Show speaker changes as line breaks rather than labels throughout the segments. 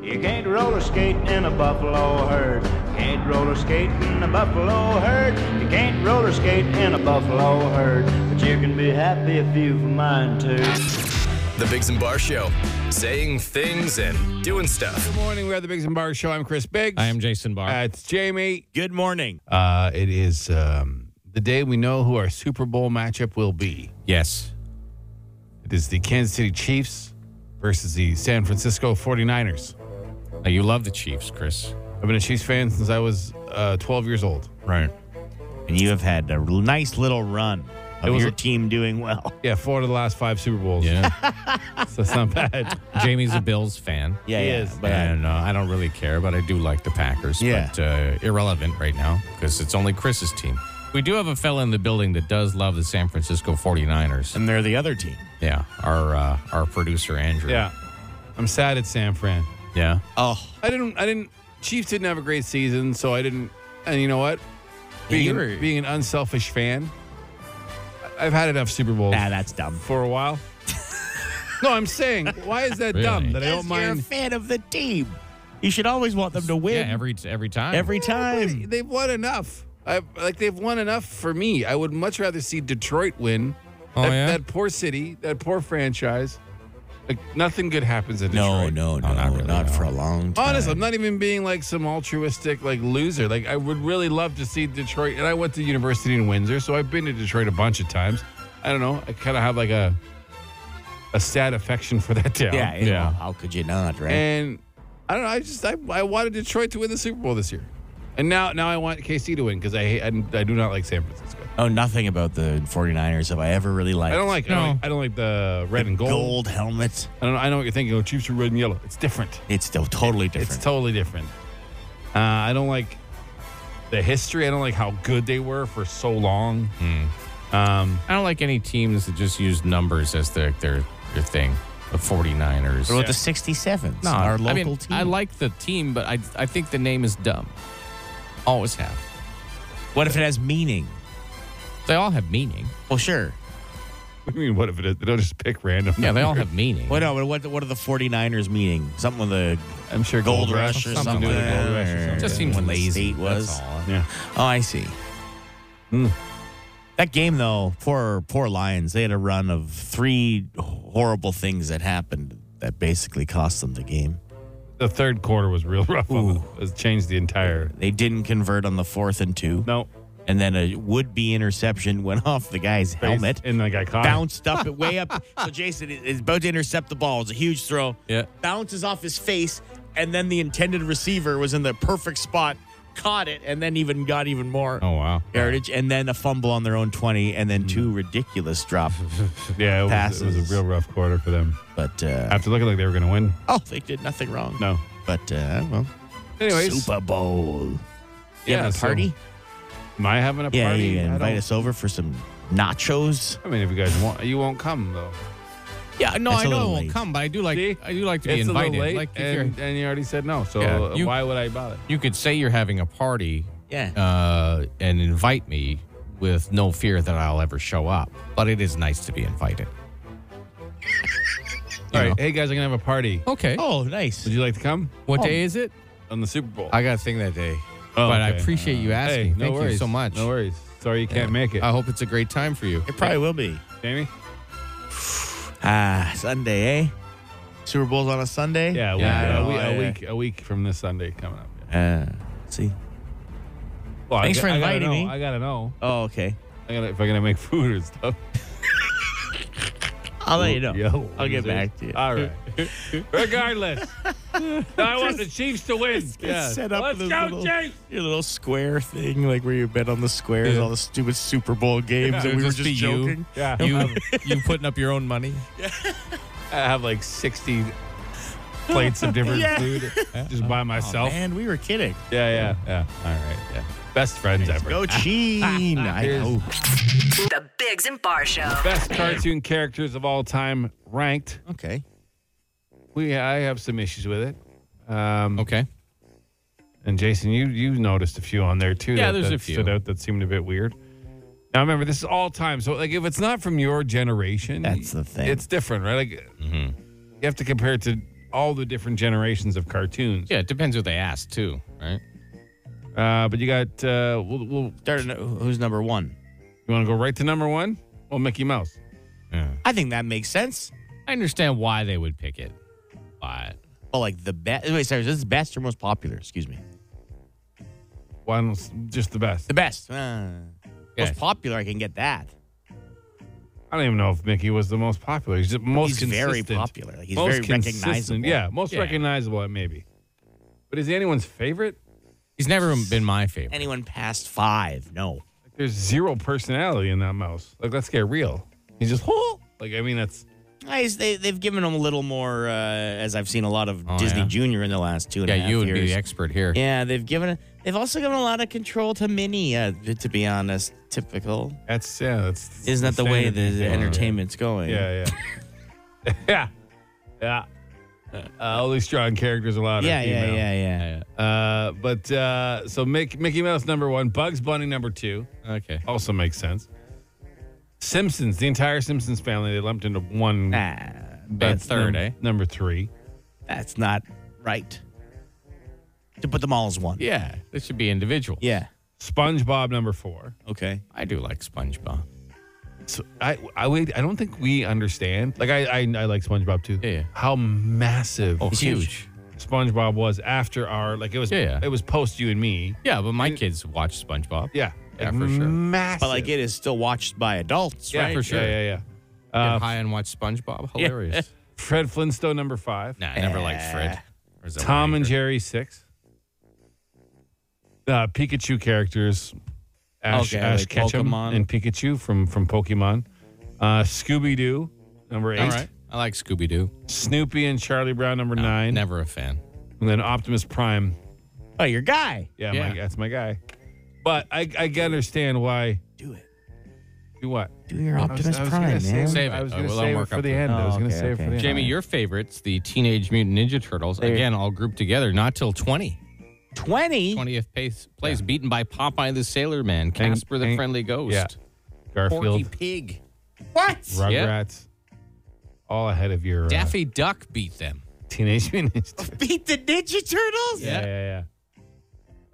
You can't roller skate in a buffalo herd. Can't roller skate in a buffalo herd. You can't roller skate in a buffalo herd. But you can be happy if you've a mind to.
The Biggs and Bar Show, saying things and doing stuff.
Good morning. We are the Biggs and Bar Show. I'm Chris Biggs.
I am Jason Barr.
Uh, it's Jamie.
Good morning.
Uh, it is um, the day we know who our Super Bowl matchup will be.
yes.
It is the Kansas City Chiefs versus the San Francisco 49ers.
Uh, you love the Chiefs, Chris.
I've been a Chiefs fan since I was uh, 12 years old.
Right. And you have had a nice little run of
It was
your
a-
team doing well.
Yeah, four out of the last five Super Bowls.
Yeah.
So that's not bad.
Jamie's a Bills fan.
Yeah,
He
yeah.
is.
But
and uh, I don't really care, but I do like the Packers.
Yeah.
But uh, irrelevant right now because it's only Chris's team. We do have a fella in the building that does love the San Francisco 49ers.
and they're the other team.
Yeah. Our uh, our producer, Andrew.
Yeah. I'm sad at San Fran.
Yeah.
Oh,
I didn't, I didn't, Chiefs didn't have a great season, so I didn't, and you know what? Being,
You were-
being an unselfish fan, I- I've had enough Super Bowls.
nah, that's dumb.
for a while. no, I'm saying, why is that
Really?
dumb that I don't
You're a
mind?
fan of the team. You should always want them to
Yeah.
win
Every every time.
every time.
They've won enough. I, like they've won enough for me. I would much rather see Detroit win.
Oh,
that,
yeah?
that poor city, that poor franchise. Like nothing good happens in
No,
Detroit.
no, no,
No, not
not,
really, no.
for a long time.
Honestly, I'm not even being like some altruistic like loser. Like I would really love to see Detroit. And I went to university in Windsor, so I've been to Detroit a bunch of times. I don't know. I kind of have like a a sad affection for that town.
yeah, yeah. How could you not, right?
And I don't know. I just I, I wanted Detroit to win the Super Bowl this year, and now now I want KC to win because I hate I, I do not like San Francisco.
oh, nothing about the 49ers have I ever really liked.
I don't like I, don't like, I don't like the red and gold.
gold helmets.
I don't know, I know what you're thinking. Oh, Chiefs are red and yellow. It's different.
It's still totally different.
It's totally different. Uh, I don't like the history. I don't like how good they were for so long.
Hmm.
Um,
I don't like any teams that just use numbers as their their, their thing. The 49ers.
what about the 67s?
No,
our
I
local
mean,
team.
I like the team, but I I think the name is dumb. Always have.
what if it has meaning?
They all have meaning.
Well, sure.
I mean, what if it is? They don't just pick random.
Yeah, they all have meaning.
Well, no, but what, what are the 49ers meaning? Something with the
I'm sure
gold, rush or something.
to do with the gold rush or something.
It just seems
When the
lazy.
state was.
That's all.
Yeah.
Oh, I see. Hmm. That game, though, poor poor Lions. They had a run of three horrible things that happened that basically cost them the game.
The third quarter was real rough. on them. It changed the entire.
They didn't convert on the fourth and two,
No,
and then a would-be interception went off the guy's helmet,
And the guy caught it.
bounced up way up. So Jason is- is about to intercept the ball. It's a huge throw.
Yeah.
bounces off his face, and then the intended receiver was in the perfect spot, caught it, and then even got even more.
Oh wow.
yardage, and then a fumble on their own 20, and then
Mm.
two ridiculous drop.
Yeah, it was, it was
passes.
a real rough quarter for them.
But, uh,
After looking like they were going to win.
oh, they did nothing wrong.
No.
But, uh, well,
Anyways,
Super Bowl. You
Yeah,
having a
so-
party?
am I having a
yeah,
party?
you
I
gonna invite
don't-
us over for some nachos.
I mean, if you guys want, you won't come though.
Yeah, no,
That's
I
a
know it
little
won't
late.
come, but I do like
See?
I do like to be
it's
invited.
a little late,
like if you're,
and, and you already said no, so
Yeah,
uh,
you-
why would I bother?
you could say you're having a party,
Yeah.
uh, and invite me with no fear that I'll ever show up. But it is nice to be invited.
All right,
know.
hey guys, I'm gonna have a party.
Okay.
oh, nice.
Would you like to come
Oh.
what day is it?
on the Super Bowl?
I got a thing that day,
Oh,
but I
okay.
appreciate you
hey,
asking.
no
Thank
worries
you so much. Oh.
No worries. Sorry you can't make it,
I hope it's a great time for you.
It probably will be.
Jamie.
Ah, Sunday, eh? Super Bowl's on a Sunday?
Yeah, a
Yeah, uh,
week,
I know,
a,
I-
week, a week, a week from this Sunday coming up. Yeah.
Uh, see.
Well, I
Thanks
g-
for
I gotta
inviting
know-
me.
I gotta know.
Oh, okay.
I gotta if I'm gonna make food or stuff.
I'll let you know.
Yo,
I'll
losers.
get back to you.
All right. Regardless, I want the Chiefs to win. Yeah.
set up
Let's
this
go,
little-
Chiefs!
Your little square thing, like where you bet on the squares,
Yeah.
all the stupid Super Bowl games
Yeah,
that we were
just
just
be you.
joking.
Yeah.
You you putting up your own money?
I have like 60 plates of different
Yeah.
food just by myself.
And we were kidding.
yeah, Oh, yeah, yeah. All right, yeah. Best friends ever.
Go Cheen. I
Here's-
know.
The Bigs and Bar Show.
Best cartoon characters of all time ranked.
Okay.
We I have some issues with it. Um,
Okay.
And Jason, you you noticed a few on there too.
Yeah,
that-
there's
that
a few.
stood out that seemed a bit weird. Now remember, this is all time. So like, if it's not from your generation,
That's the thing. Mm-hmm.
It's different, right? Like, you have to compare it to all the different generations of cartoons.
Yeah, it depends what they ask too, right?
Uh, but you got, uh, we'll, we'll,
They're no- who's number one?
you want to go right to number one? Well, Mickey Mouse.
I think that makes sense.
I understand why they would pick it, but
Oh, like the best. Wait, sorry, this is best or most popular? Excuse me.
Why don't just the best?
The best. Uh,
Yeah.
Most popular. I can get that.
I don't even know if Mickey was the most popular. He's just most
He's very
consistent.
popular. Like, he's
most
very
consistent.
recognizable.
Yeah, most
Yeah.
recognizable, maybe. But is he anyone's favorite?
he's never been my favorite.
Anyone past five? No.
There's zero personality in that mouse. Like, let's get real. He's just whole. Like, I mean, that's
I, they, they've given him a little more, uh, as I've seen a lot of
Oh,
Disney
yeah.
Junior in the last two and a
yeah,
half
you would
years.
be the expert here.
Yeah, they've given. it. They've also given a lot of control to Minnie. Uh, to be honest, typical.
that's yeah, that's
Isn't that the way the
standard these days.
entertainment's going?
Yeah, yeah, yeah, yeah. Uh, only strong characters allowed. are
Yeah, yeah,
female.
yeah, yeah.
Uh, but uh, so Mick, Mickey Mouse number one, Bugs Bunny number two.
Okay.
Also makes sense. Simpsons, the entire Simpsons family, they lumped into one.
Ah,
uh,
Nah,
Bad third, eh?
Number three.
that's not right. To put them all as one.
Yeah, this should be individual.
Yeah.
SpongeBob number four.
Okay.
I do like SpongeBob.
So I I wait. I don't think we understand. Like I I, I like SpongeBob too.
Yeah, yeah.
How massive
Oh, huge.
SpongeBob was after our like it was
Yeah, yeah.
it was post you and me.
Yeah, but my kids watch SpongeBob.
Yeah.
Yeah,
Like,
for sure.
Massive.
But like it is still watched by adults,
yeah,
right?
for sure.
Yeah, yeah, yeah.
Get
Uh,
high and watch SpongeBob. Hilarious.
Fred Flintstone number five.
Nah, I never liked Fred. Or is that
Tom
what
and
I heard?
Jerry six. Uh, Pikachu characters, Ash,
Okay,
Ash
like
Ketchum
Pokemon.
and Pikachu from from Pokemon. Uh, Scooby Doo number eight.
All right. I like Scooby Doo.
Snoopy and Charlie Brown number nine.
Never a fan.
And then Optimus Prime.
Oh, your guy.
Yeah,
Yeah.
My, that's my guy. But I I can understand why.
Do it.
Do what?
Do your
I was-
Optimus
I was
Prime,
gonna
man.
save-
Save
I
it.
was
Uh,
going to
we'll
save
let him
it Oh,
work
for
up
the
to it.
end. I was
Oh,
going to
okay,
save it for
okay.
the
Jamie,
end.
your favorites, the Teenage Mutant Ninja Turtles. Again, all grouped together, not till 20.
20?
20th place, place beaten by Popeye the Sailor Man, Casper the
and-
Friendly Ghost,
yeah.
Porky
Garfield,
Pig,
Rugrats, all ahead of your uh,
Daffy Duck beat them.
Teenage Mutant. Ninja-
Beat the Ninja Turtles?
yeah, yeah, yeah.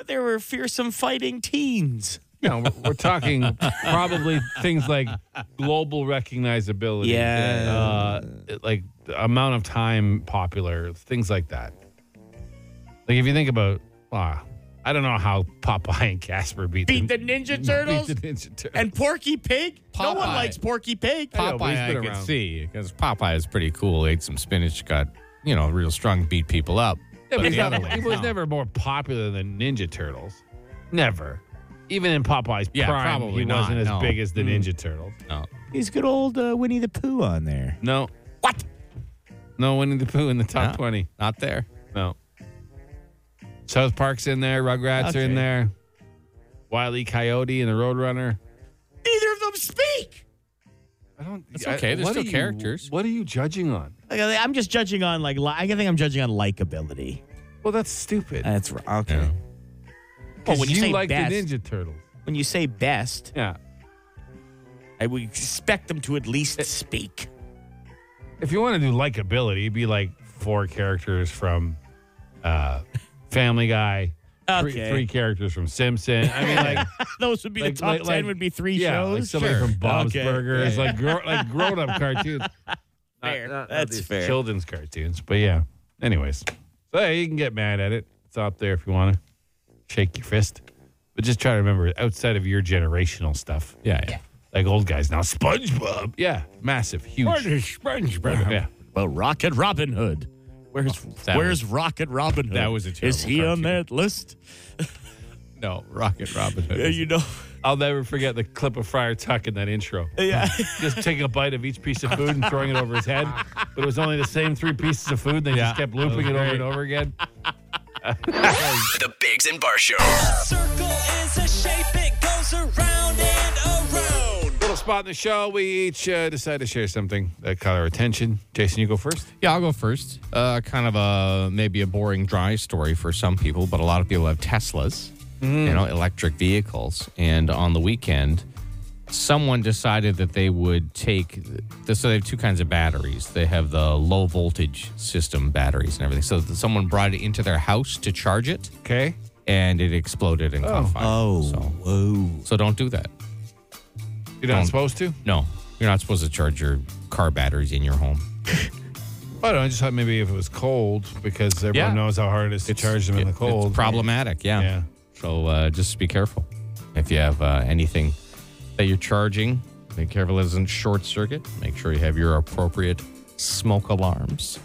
They were fearsome fighting teens.
No, we're, we're talking probably things like global recognizability.
Yeah.
Uh, like the amount of time popular, things like that. Like if you think about, ah, I don't know how Popeye and Casper beat,
Beat the
the,
Ninja
beat
Turtles?
the Ninja Turtles.
and Porky Pig? No one
Popeye.
likes Porky Pig.
I know, but he's
Popeye, I
been
could
around.
see because Popeye is pretty cool. Ate some spinach, got you know real strong, beat people up.
Yeah, but
But
he's
the other
not, he
ones,
was
no.
never more popular than Ninja Turtles. Never. Even in Popeye's
Yeah,
prime,
probably
he
not,
wasn't as
no. Mm.
big as the Ninja Turtles.
No.
He's good old uh, Winnie the Pooh on there.
No,
What?
no Winnie the Pooh in the top
No.
20.
Not there.
No. South Park's in there. Rugrats are in
Okay.
there. Wiley Coyote and the Roadrunner.
Neither of them speak.
I don't. It's
okay, there's still characters.
What are you judging on?
Like, I- I'm just judging on like li- I think I'm judging on likability.
Well, that's stupid.
Uh,
That's r- okay.
Yeah.
Well, when you, say
like
best,
the Ninja Turtles.
when you say best,
Yeah.
I would expect them to at least speak.
If you want to do likability, it'd be like four characters from uh, Family Guy. Three,
Okay.
three characters from Simpson. I mean, like,
Those would be
like-
the top
like-
ten.
like-
would be three
yeah,
shows.
like somebody
Sure.
from Bob's
Okay.
Burgers, like grow, like grown up cartoons.
Fair.
Not- not
That's
these
fair.
Children's cartoons, but yeah. Anyways, so yeah, you can get mad at it. It's out there if you want to shake your fist, but just try to remember outside of your generational stuff.
Yeah, yeah.
Like old guys now, SpongeBob. Yeah, massive, huge.
SpongeBob?
Yeah.
Well, Rocket Robin Hood. Where's
Oh, that
Where's Rocket Robin Hood?
that was a
Is
terrible
he on
cartoon.
that list?
No, Rocket Robin Hood.
Yeah,
was-
you know.
I'll never forget the clip of Friar Tuck in that intro.
Yeah.
Just taking a bite of each piece of food and throwing it over his head. But it was only the same three pieces of food. And they just kept looping it over and over again.
The Bigs and Bar Show.
circle is a shape, it goes around and around.
Little spot in the show. We each uh, decide to share something that caught our attention. Jason, you go first.
Yeah, I'll go first. Uh, kind of a maybe a boring, dry story for some people, but a
Mm-hmm.
lot of people have Teslas, you know, electric vehicles. And on the weekend, someone decided that they would take so they have two kinds of batteries they have the low voltage system batteries and everything so that someone brought it into their house to charge it
Okay.
and it exploded and caught fire
Oh,
so,
whoa.
so don't do that
You're not
Don't.
supposed to?
no you're not supposed to charge your car batteries in your home
I don't know. I just thought maybe if it was cold, because everyone
Yeah.
knows how hard it is to charge them in
it-
the cold.
It's problematic, yeah.
Yeah.
So uh, just be careful. If you have uh, anything that you're charging, be careful it doesn't short circuit. Make sure you have your appropriate smoke alarms.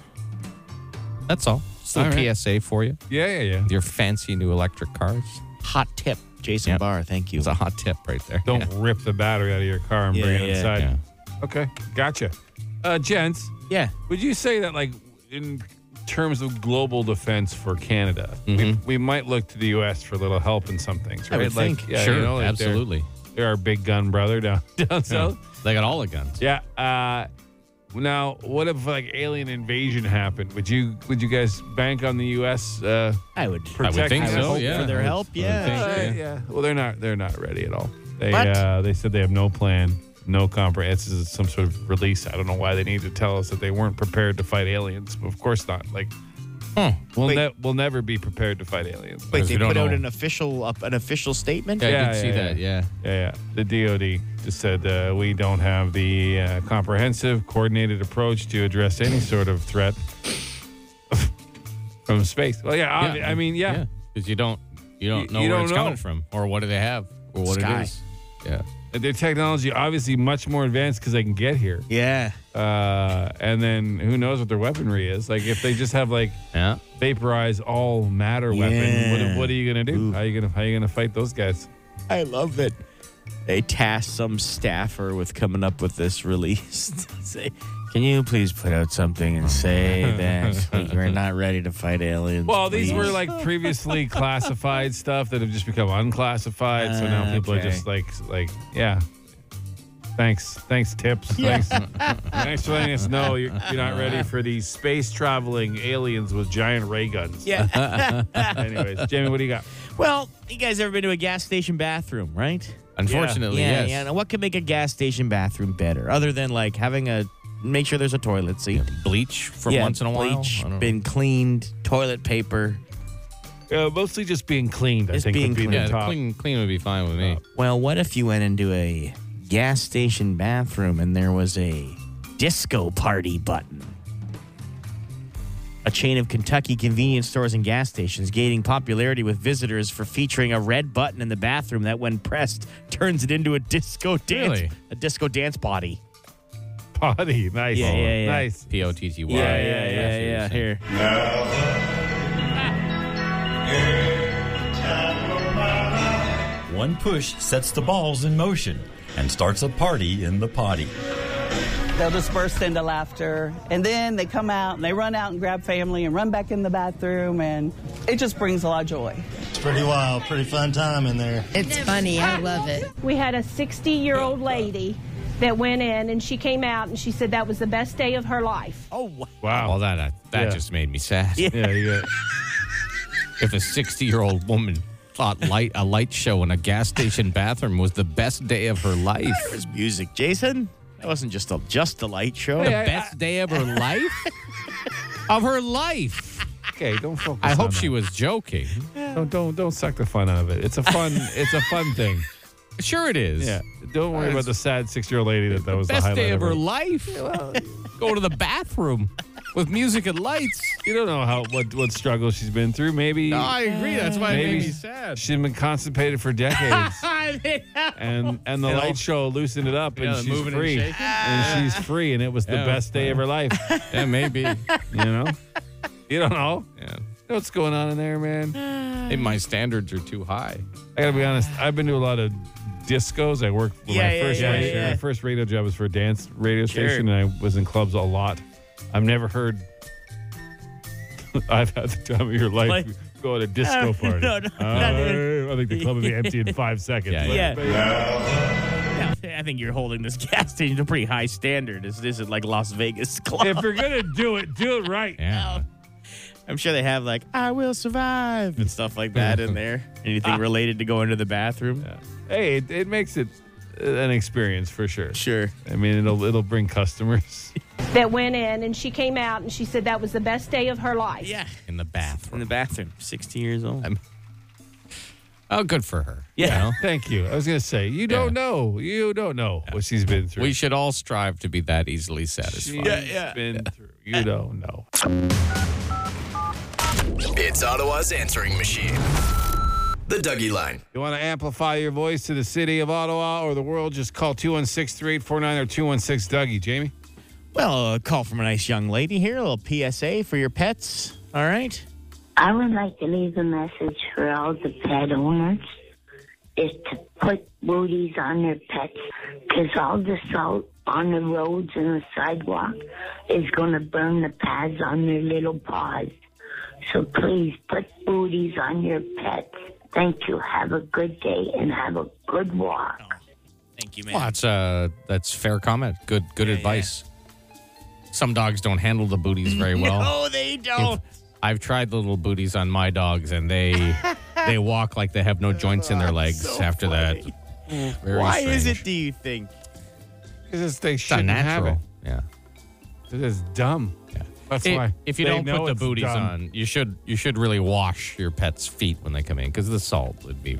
That's all. It's a
All right.
PSA for you.
Yeah, yeah, yeah.
Your fancy new electric cars.
Hot tip, Jason
Yep.
Barr. Thank you.
It's a hot tip right there.
Don't
Yeah.
rip the battery out of your car and
Yeah,
bring it
yeah,
inside.
yeah.
Okay, gotcha. Uh, gents,
yeah.
would you say that, like, in terms of global defense for Canada, we, we might look to the U.S. for a little help in some things,
Mm-hmm. I
right?
would
like,
think.
yeah,
sure,
you know, like they're-
absolutely.
They're our big gun brother down down south.
They got all the guns.
Yeah. Uh, now, what if like alien invasion happened? Would you would you guys bank on the U.S. Uh,
I would.
protect
think
us?
so,
hope
yeah.
For their help,
I would
yeah.
think,
Uh,
yeah.
yeah. Well, they're not. They're not ready at all. They
What?
uh, they said they have no plan, no comprehensive, some sort of release. I don't know why they need to tell us that they weren't prepared to fight aliens. Of course not. Like we'll
Wait.
ne- we'll never be prepared to fight aliens.
Wait,
we
they
don't
put out
know.
an official up an official statement.
Yeah, I
Yeah,
could see
yeah,
that, yeah.
Yeah, yeah. The DoD just said uh, we don't have the uh, comprehensive, coordinated approach to address any sort of threat from space. Well, yeah. obvi- I mean, yeah.
Because you don't you don't
You-
know
you
where
don't
it's
know.
coming from or what do they have or what
Sky.
it is. Yeah.
Their technology obviously much more advanced because they can get here.
Yeah.
Uh, and then who knows what their weaponry is? Like if they just have like
Yeah.
vaporize all matter weapon,
Yeah.
what, what are you gonna do? How you gonna how you gonna fight those guys?
I love that they tasked some staffer with coming up with this release. say, can you please put out something and say that we're not ready to fight aliens?
Well, these
please?"
were like previously classified stuff that have just become unclassified. so now
Ah,
people
okay.
are just like, like, yeah. Thanks, thanks, tips. Thanks, thanks for letting us know you're, you're not ready for these space traveling aliens with giant ray guns.
yeah.
Anyways, Jamie, what do you got?
well, you guys ever been to a gas station bathroom, right?
Unfortunately,
yeah,
Oh, yes.
yeah. Now, what could make a gas station bathroom better other than like having a make sure there's a toilet seat?
Bleach from
Yeah,
once in a while.
bleach,
I don't know.
been cleaned, toilet paper.
Uh, mostly just being cleaned.
Just
I think
being
would be
cleaned.
the
yeah,
top.
clean clean would be fine with
Oh,
me.
Well, what if you went into a gas station bathroom and there was a disco party button? A chain of Kentucky convenience stores and gas stations gaining popularity with visitors for featuring a red button in the bathroom that, when pressed, turns it into a disco dance,
Really?
a disco dance body.
Potty, nice,
Yeah, yeah, yeah.
nice.
P O T T Y.
yeah, yeah. Here,
One push sets the balls in motion and starts a party in the potty.
They'll just burst into laughter. And then they come out and they run out and grab family and run back in the bathroom. And it just brings a lot of joy.
It's pretty wild, pretty fun time in there.
It's funny. I love it.
We had a 60 year old lady that went in and she came out and she said that was the best day of her life.
Wow.
Well, that that, that
Yeah.
just made me sad.
Yeah, you got
If a sixty-year-old woman thought light a light show in a gas station bathroom was the best day of her life,
there's music, Jason. That wasn't just a just a light show.
the best day of her life, of her life.
okay. Don't focus.
I
on
hope she
that.
was joking.
Don't don't don't suck the fun out of it. It's a fun it's a fun thing.
Sure, it is.
Yeah. Don't worry about the sad six year old lady that that was the
best
highlight
day of her
her-
life. Go to the bathroom with music and lights.
You don't know how what what struggle she's been through. Maybe
No, I agree. That's why it made me sad.
she's been constipated for decades, and and the
all-
light show loosened it up,
Yeah,
and she's
moving and
free,
shaking.
and she's free, and it was the
Yeah.
best day of her life.
Yeah, maybe.
You know, you don't know.
Yeah.
You know what's going on in there, man?
Maybe my standards are too high.
I gotta be honest. I've been to a lot of discos. I worked for
Yeah,
my
yeah,
first
yeah,
radio,
yeah.
my first radio job was for a dance radio station, and I was in clubs a lot. I've never heard. I've had the time of your life.
Like-
Go at a disco
Uh,
party.
no, no, not even-
I think the club would be empty in five seconds.
Yeah,
Like,
yeah. I think you're holding this gas station to a pretty high standard. This this is like Las Vegas club.
If you're gonna do it, do it right.
Yeah.
I'm sure they have like "I will survive" Ah. and stuff like that in there. Anything related to going to the bathroom?
Hey, it, it makes it an experience for sure.
Sure.
I mean, it'll it'll bring customers.
that went in and she came out and she said that was the best day of her life.
Yeah.
in the bathroom.
In the bathroom. 60 years old.
Oh, good for her.
yeah.
Thank you. I was gonna say you don't
Yeah.
know. You don't know what she's been through.
We should all strive to be that easily satisfied.
she's been through. You don't know.
It's Ottawa's answering machine. The Dougie Line.
You want to amplify your voice to the city of Ottawa or the world? Just call 216 3849 or 216 Dougie. Jamie?
Well, a call from a nice young lady here. A little PSA for your pets. All right.
I would like to leave a message for all the pet owners is to put booties on their pets because all the salt on the roads and the sidewalk is going to burn the pads on their little paws. So please put booties on your pets. Thank you. Have a good day and have a good walk.
Oh, Thank you,
Well, that's uh, that's fair comment. Good good advice. Some dogs don't handle the booties very well.
No, Oh, they
Oh.
don't.
I've tried the little booties on my dogs, and they they walk like they have no joints in their legs after that. Very
Why is
strange.
it, do you think?
Because this thing
It's
shouldn't have it.
unnatural. Yeah.
It is dumb. That's
It-
why.
if you
They
don't
know
put the
it's
booties
dumb.
on, you should you should really wash your pet's feet when they come in because the salt would be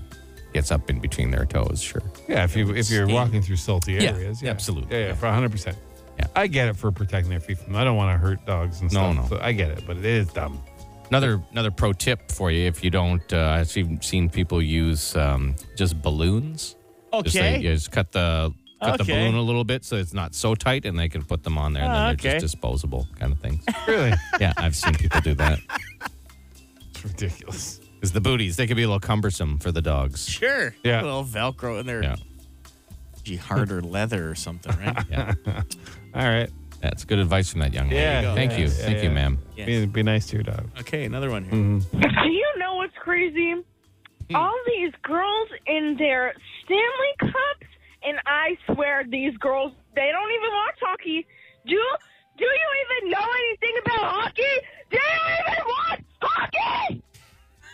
gets up in between their toes. Sure.
Yeah, if you if you're
sting.
walking through salty
Yeah,
areas,
absolutely.
yeah, yeah, for 100. percent
Yeah.
I get it for protecting their feet from. I don't want to hurt dogs and
No,
stuff.
no.
so I get it, but it is dumb.
Another another pro tip for you if you don't, uh, I've seen, seen people use um, just balloons. Just, they-
Okay.
you just cut the cut the
Okay.
balloon a little bit so it's not so tight, and they can put them on there, and
Oh,
then they're
okay.
just disposable kind of things.
Really,
yeah, I've seen people do that.
it's ridiculous.
Because the booties they can be a little cumbersome for the dogs.
Sure.
Yeah.
A little Velcro in there.
Yeah,
Gee, harder leather or something, right?
yeah.
All right,
That's good advice from that young lady.
Yeah, There you go.
Thank you,
yeah,
thank
yeah,
you,
yeah.
ma'am.
Yes.
be, be nice to your dog.
Okay, another one here.
Do you know what's crazy? All these girls in their Stanley Cups, and I swear these girls, they don't even watch hockey. Do do you even know anything about hockey? They don't even watch hockey!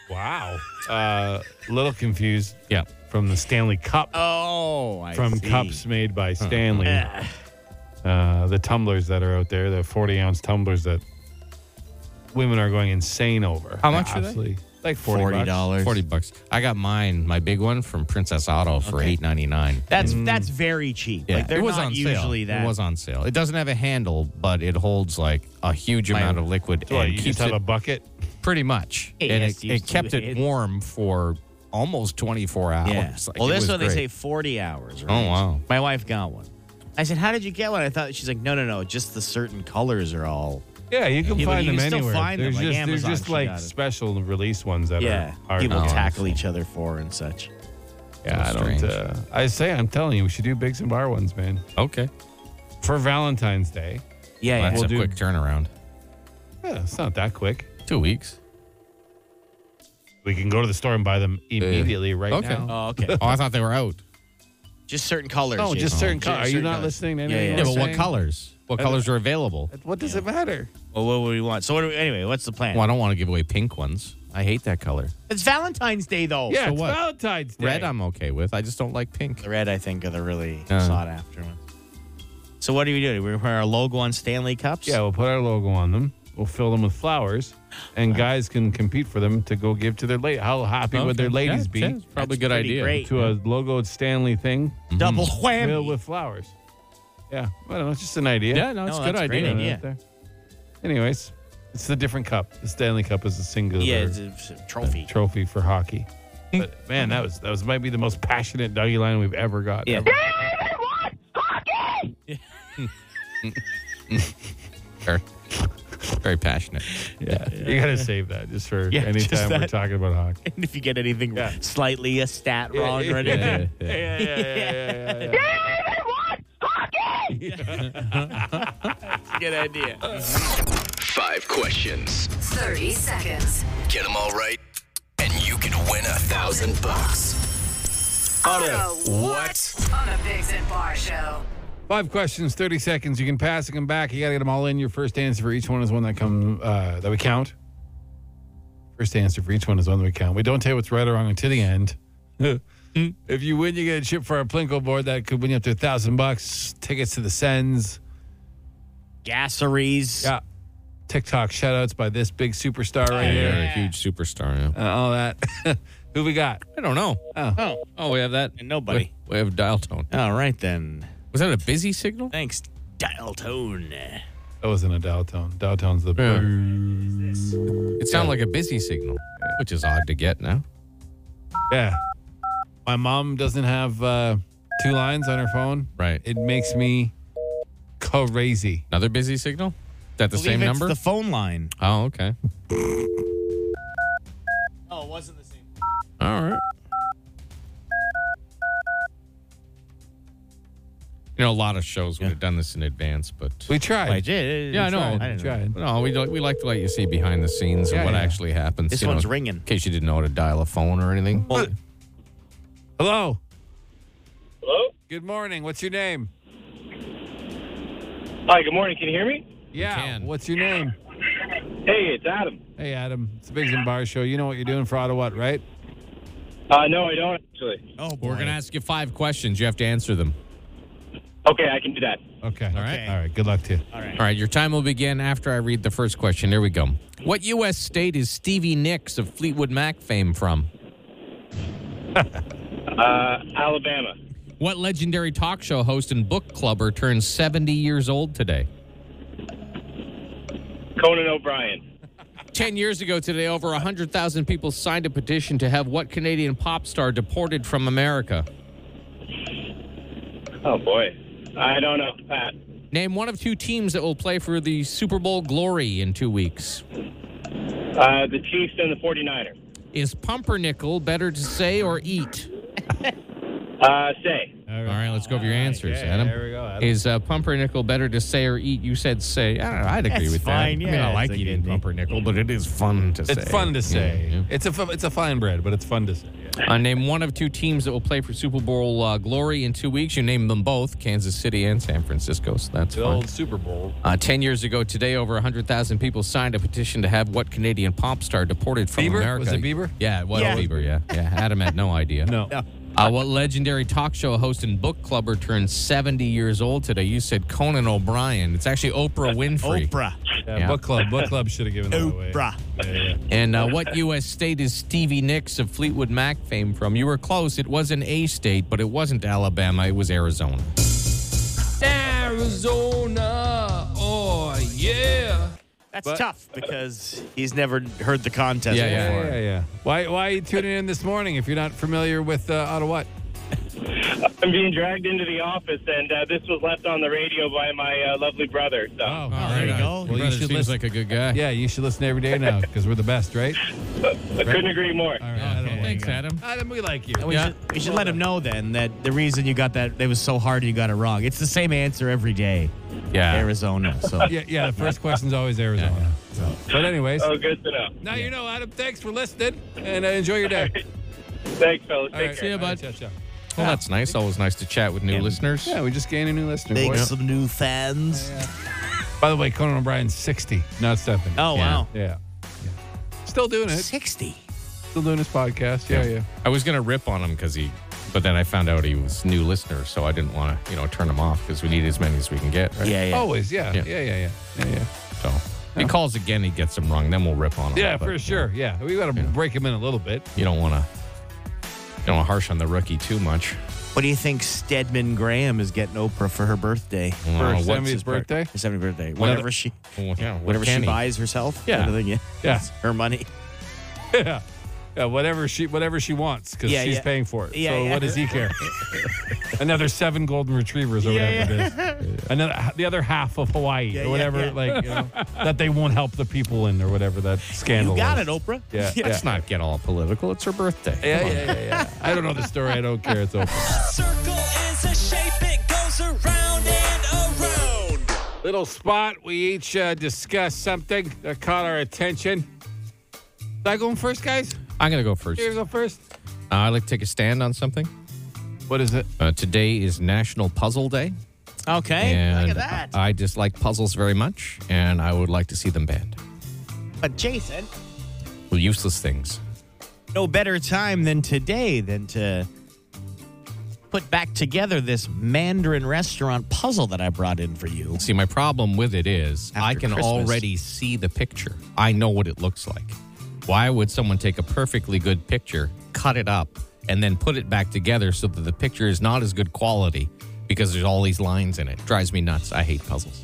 Wow, a uh, little confused
Yeah.
from the Stanley Cup
Oh, I
from
see.
cups made by Stanley.
Yeah.
uh, the tumblers that are out there, the 40 ounce tumblers that women are going insane over.
How much are they?
Absolutely. Like 40
Forty
bucks.
dollars.
Forty bucks. I got mine, my big one from Princess Auto for
Okay.
eight ninety nine.
That's that's very cheap.
Yeah,
Like they're
it was
not
on
usually
sale.
that.
It was on sale. It doesn't have a handle, but it holds like a huge amount of liquid
So what,
and
you
keeps
just have
it
a bucket.
pretty much.
Hey,
and
yes,
it, it
you-
kept it
it-
warm for almost twenty four hours.
Yeah.
Like,
well,
it
this
was
one they
great.
say forty hours. Right?
Oh, wow.
My wife got one. I said, "How did you get one?" I thought she's like, "No, no, no. Just the certain colors are all."
Yeah, you can
Yeah, but
find
you
them
can still
anywhere.
find them,
there's
like
just there's
Amazon,
just
she
like
got it.
special release ones that
yeah,
are, are
people
not-
tackle each other for and such.
Yeah, I
So
don't.
strange.
Uh, I say, I'm telling you, we should do Bigs and Bar ones, man,
Okay.
for Valentine's Day.
Yeah,
That's
yeah.
a quick turnaround.
Yeah, it's not that quick.
Two weeks.
We can go to the store and buy them immediately right
okay.
now.
oh, okay.
Oh, I thought they were out.
just certain colors.
No, just
Jason.
certain colors. Are you not
colors.
listening to
Yeah,
anything?
yeah.
Yeah,
I'm
but what
saying?
colors? What colors are available?
What does it matter?
Well, what would we want? So, what do we, anyway, what's the plan?
Well, I don't want to give away pink ones. I hate that color.
It's Valentine's Day though.
Yeah,
So
it's
what?
Valentine's Day.
Red, I'm okay with. I just don't like pink.
The red, I think, are the really
Uh.
sought after ones. So, what do we do? Do we wear our logo on Stanley cups?
Yeah, we'll put our logo on them. We'll fill them with flowers, and guys can compete for them to go give to their lady. How happy would their
Okay.
ladies
Yeah,
be
yeah, it's Probably
That's
a good
pretty
idea.
great.
to a logoed Stanley thing
double whammy.
filled with flowers? Yeah, I don't know. It's just an idea.
Yeah, no, it's
No,
a good
that's a great
idea.
idea.
Out there. Anyways, it's the different cup. The Stanley Cup is a singular
yeah, it's a trophy.
trophy for hockey. But man, that was that was might be the most passionate Dougie line we've ever got.
Yeah.
Ever.
Very, very passionate.
yeah. You gotta save that just for
Yeah,
any
just
time we're
that.
talking about hockey.
And if you get anything
Yeah.
slightly a stat wrong or anything,
Yeah,
yeah,
yeah, yeah.
yeah, yeah, yeah, yeah, yeah.
good idea.
Five questions.
30 seconds.
Get them all right, and you can win a thousand bucks. What?
On the Bigs and Bar Show.
Five questions, thirty seconds. You can pass and come back. You got to get them all in. Your first answer for each one is one that come uh, that we count. First answer for each one is one that we count. We don't tell you what's right or wrong until the end. If you win, you get a chip for our Plinko board that could win you up to a thousand bucks, tickets to the Sens,
gasseries.
Yeah. TikTok shoutouts by this big superstar right
You're a
here.
huge superstar. yeah.
Uh, all that. Who we got?
I don't know.
Oh.
Oh,
Oh, we have that.
and nobody.
We, we have dial tone.
All right then.
Was that a busy signal?
Thanks, dial tone.
That wasn't a dial tone. Dial tone's the
Yeah. It sounded like a busy signal, which is odd to get now.
Yeah. My mom doesn't have uh, two lines on her phone.
Right.
It makes me crazy.
Another busy signal? Is that the same number?
The phone line.
oh, okay.
Oh, it wasn't the same.
All right. You know, a lot of shows would have done this in advance, but
We tried.
I did.
yeah, I know.
I didn't
tried.
know.
No, we like we like to let you see behind the scenes
Yeah,
of what
yeah.
actually happens.
This
you
one's
know,
ringing.
in case you didn't know how to dial a phone or anything.
Well,
Hello.
Hello?
Good morning. What's your name?
Hi, good morning. Can you hear me?
Yeah.
can.
What's your name?
Hey, it's Adam.
Hey, Adam. It's the Biggs and Bar Show. You know what you're doing for Ottawa, right?
Uh, no, I don't actually.
oh, boy.
We're gonna ask you five questions. You have to answer them.
Okay, I can do that.
Okay.
All right.
All right. Good luck to you.
All right.
All right, your time will begin after I read the first question. Here we go. What U.S. state is Stevie Nicks of Fleetwood Mac fame from?
Uh, Alabama.
What legendary talk show host and book clubber turns 70 years old today?
Conan O'Brien.
10 years ago today, over 100,000 people signed a petition to have what Canadian pop star deported from America?
Oh, boy. I don't know. Pat.
Name one of two teams that will play for the Super Bowl glory in two weeks.
Uh, the Chiefs and the 49ers.
Is pumpernickel better to say or eat?
Uh, say.
All right, let's go over your answers, Adam.
There we go. Adam.
Is uh, pumpernickel better to say or eat? You said say. I don't know, I'd agree
That's
with
fine,
that. I mean,
yeah,
I like
it's like
eating
eating meat.
pumpernickel, but it is fun to say.
It's fun to say.
Yeah, yeah.
It's a fu- it's a fine bread, but it's fun to say. Yeah.
Uh, name one of two teams that will play for Super Bowl uh, glory in two weeks. You name them both, Kansas City and San Francisco. So that's
The
fun.
old Super Bowl.
Uh, Ten years ago today, over 100,000 people signed a petition to have what Canadian pop star deported from
Bieber?
America?
Was it Bieber?
Yeah, it was
Yeah.
Bieber, yeah. yeah. Adam had no idea.
No.
Uh, what legendary talk show host and book clubber turned 70 years old today? You said Conan O'Brien. It's actually Oprah Winfrey.
Oprah.
Yeah,
Yeah.
Book club. Book club should have given that away.
Oprah.
Yeah, yeah.
And uh, what U.S. state is Stevie Nicks of Fleetwood Mac fame from? You were close. It was an A state, but it wasn't Alabama. It was Arizona. Arizona. Oh, yeah.
That's
But-
tough because he's never heard the contest
Yeah, yeah,
before.
Yeah, yeah, yeah. Why, why are you tuning in this morning if you're not familiar with uh, Ottawa?
I'm being dragged into the office, and uh, this was left on the radio by my uh, lovely brother. So.
Oh,
there you go.
Well,
Your
Well,
brother
you should
seems
listen.
like a good guy.
yeah, you should listen every day now because we're the best, right?
I couldn't agree more.
All right,
Okay, thanks, Adam.
Adam, we like you.
We
Yeah.
should, we should let him know then that the reason you got that it was so hard and you got it wrong. It's the same answer every day.
Yeah.
Arizona. So
Yeah, yeah. The first question's always Arizona. So. But anyways,
Oh, good to know.
now you know, Adam. Thanks for listening, and uh, enjoy your day.
Thanks, fellas.
All
Take
right,
care.
ya,
all right,
bud.
ciao, ciao.
Well, that's nice. Always nice to chat with new listeners.
Yeah, we just gained a new listener.
make
boys.
some new fans.
By the way, Conan O'Brien's 60, not stepping.
Oh
Yeah.
wow.
Yeah. yeah. Still doing it.
Sixty.
Still doing his podcast. Yeah, yeah.
I was gonna rip on him because he, but then I found out he was new listener, so I didn't want to, you know, turn him off because we need as many as we can get. Right?
Yeah, yeah.
Always. Yeah.
Yeah.
Yeah, yeah, yeah. Yeah, yeah.
So if he calls again, he gets them wrong. Then we'll rip on him.
Yeah,
But,
for sure. Yeah. We got to break him in a little bit.
You don't want to, you don't want to harsh on the rookie too much.
What do you think Stedman Graham is getting Oprah for her birthday?
Wow,
Her
what's
70th
his bir-
birthday?
Her 70th birthday. Whatever she
Well, yeah, what
whatever
can
she
he?
buys herself.
Yeah.
Kind of thing, yeah.
Yeah.
It's her money.
Yeah. Yeah, whatever she whatever she wants because
Yeah,
she's
yeah.
paying for it.
Yeah,
so
yeah.
what does he care? Another seven golden retrievers or
Yeah,
whatever it is. Another the other half of Hawaii
Yeah,
or
yeah,
whatever,
yeah.
like you know, that they won't help the people in or whatever that scandal.
You got
was.
it, Oprah.
Yeah, yeah.
Let's not get all political. It's her birthday.
Yeah,
Come on.
yeah, yeah, yeah. I don't know the story. I don't care. It's open.
Circle is a shape, it goes around and around.
Little spot. We each uh, discuss something that caught our attention. Is I going first, guys?
I'm gonna go first.
You
Uh,
go first.
I'd like to take a stand on something.
What is it?
Uh, today is National Puzzle Day.
Okay.
and uh,
Look at that.
I I dislike puzzles very much, and I would like to see them banned.
but Jason,
Well, useless things.
no better time than today than to put back together this Mandarin restaurant puzzle that I brought in for you.
See, my problem with it is I
After
can
Christmas.
already see the picture. I know what it looks like. Why would someone take a perfectly good picture, cut it up, and then put it back together so that the picture is not as good quality because there's all these lines in it? Drives me nuts. I hate puzzles.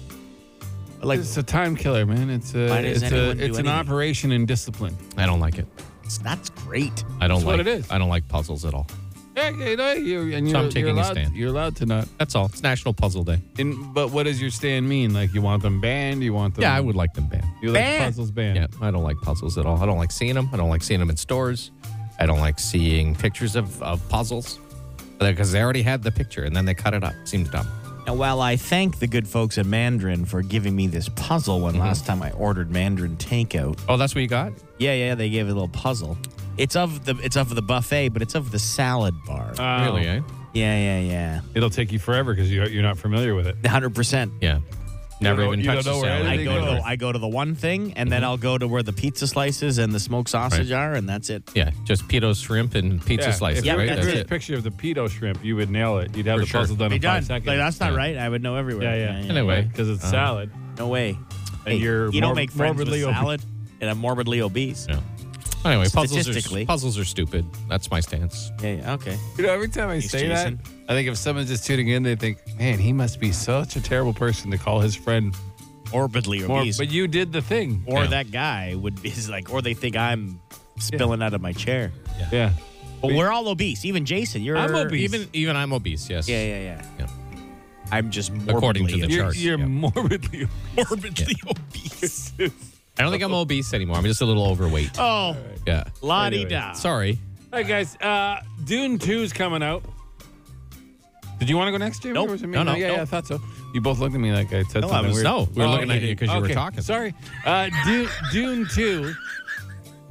Like it's a time killer, man. It's a
Why does
it's, a,
anyone do
it's an
anything?
operation in discipline.
I don't like it.
It's, that's great.
I don't
That's
like
what it is.
I don't like puzzles at all.
Yeah, you know, you and you're,
So I'm taking
you're
a
allowed,
stand.
You're allowed to not.
That's all. It's National Puzzle Day.
And but what does your stand mean? Like you want them banned? You want them?
Yeah, I would like them banned.
You like
Banned.
puzzles banned?
Yeah, I don't like puzzles at all. I don't like seeing them. I don't like seeing them in stores. I don't like seeing pictures of, of puzzles because they already had the picture and then they cut it up. Seems dumb.
Now, while I thank the good folks at Mandarin for giving me this puzzle when last time I ordered Mandarin takeout.
Oh, that's what you got?
Yeah, yeah. They gave a little puzzle. It's of the it's of the buffet, but it's of the salad bar.
Oh. Really, eh?
Yeah, yeah, yeah.
It'll take you forever because you you're not familiar with it.
Hundred percent.
Yeah.
Never even touched the salad.
I go, to
goes.
the, I go to the one thing, and
Mm-hmm.
then I'll go to where the pizza slices and the smoked sausage are, and that's it.
Yeah, just pito shrimp and pizza
Yeah,
slices,
If you
right?
drew a picture of the pedo shrimp, you would nail it. You'd have
For
the
sure.
puzzle done
Be
in five
done.
seconds.
Like, that's not right. I would know everywhere.
Yeah, yeah. Anyway, 'cause it's salad.
No way.
And you're
you
morb-
don't make friends with
morbidly obese.
salad, and I'm morbidly obese.
No. Anyway, puzzles
Statistically.
are, puzzles are stupid. That's my stance.
Yeah, yeah, okay.
You know, every time I say
Jason.
that, I think if someone's just tuning in, they think, "Man, he must be such a terrible person to call his friend
morbidly
Mor-
obese.
But you did the thing,
or that guy would is like, or they think I'm spilling out of my chair.
yeah. yeah.
But we're all obese. Even Jason, you're
I'm obese.
Even even I'm obese. Yes.
Yeah, yeah, yeah.
Yeah.
I'm just morbidly
According to the
obese.
charts,
You're
yeah.
morbidly
morbidly obese.
I don't think I'm obese anymore. I'm just a little overweight.
Oh,
Yeah.
la di da.
Sorry.
All right, guys. Uh, Dune 2 is coming out. Did you want to go next, Jimmy?
Nope.
Or was it me?
No, no,
Yeah,
nope.
yeah, I thought so. You both looked at me like I said
No, I
something
was-
weird.
no, we were
Oh,
looking at
okay.
you 'cause you were
Okay,
talking.
Sorry. Uh, Dune, Dune 2,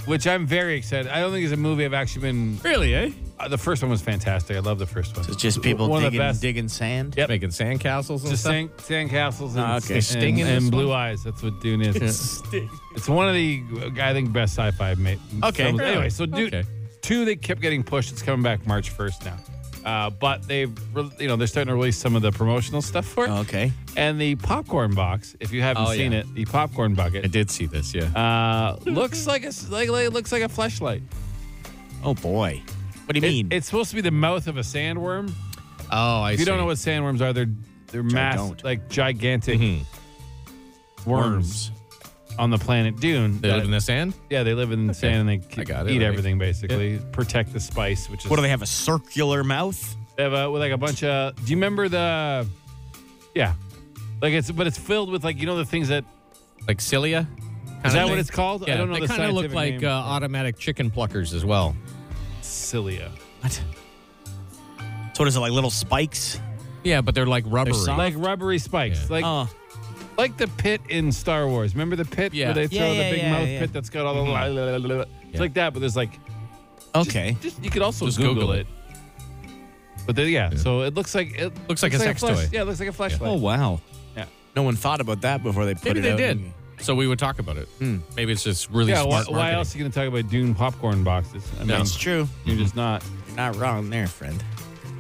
which I'm very excited. I don't think it's a movie I've actually been.
Really, eh?
Uh, the first one was fantastic. I love the first one.
It's just people
One of the
digging,
best.
digging sand.
Yep. Making sandcastles and
Just
stuff.
sand, sandcastles and,
Ah, okay.
and-
Sting in
and,
this
blue
one?
eyes. That's what Dune is. It's one of the uh, I think best sci-fi made.
Okay.
films.
Really?
Anyway, so dude,
Okay.
two they kept getting pushed. It's coming back March first now, uh, but they've re- you know they're starting to release some of the promotional stuff for it.
Oh, Okay.
And the popcorn box, if you haven't
Oh,
seen
yeah.
it, the popcorn
I
bucket
did see this. Yeah.
uh, looks like a s- like, like it looks like a flashlight.
Oh boy. What do you mean?
it's supposed to be the mouth of a sandworm.
oh, I.
If you don't know what sandworms are, they're they're mass
don't.
like gigantic worms
worms.
on the planet Dune.
They
that-
live in the sand.
Yeah, they live in the sand and they c-
I got it.
eat
Like-
everything basically. Protect the spice, which is
What do they have? A circular mouth?
they have a, with like a bunch of. Do you remember the? Yeah, like it's but it's filled with like you know the things that
Like cilia.
is that what it's called?
Yeah,
I don't know.
They
the
kind of look
scientific
like uh,
name.
automatic chicken pluckers as well.
cilia,
What? So what is it like? Little spikes?
Yeah, but they're like rubbery.
soft.
like rubbery spikes,
Yeah.
like
Oh,
like the pit in Star Wars. Remember the pit
Yeah.
where they
Yeah,
throw
yeah,
the big
yeah,
mouth
yeah.
pit that's got all the. It's
Yeah.
like that, but there's like
Oh, okay.
just you could also
Just
Google,
Google
it.
it.
But then, yeah, so it looks like it
Looks like a sex
flash-
toy.
Yeah, it looks like a flashlight.
Oh wow.
Yeah.
No one thought about that before they put
Maybe
it
they
out.
did. So we would talk about it. Maybe it's just really
Hmm. yeah, why,
smart.
why
marketing.
else are you going to talk about Dune popcorn boxes? I mean,
That's true.
You're just not.
You're not wrong there, friend.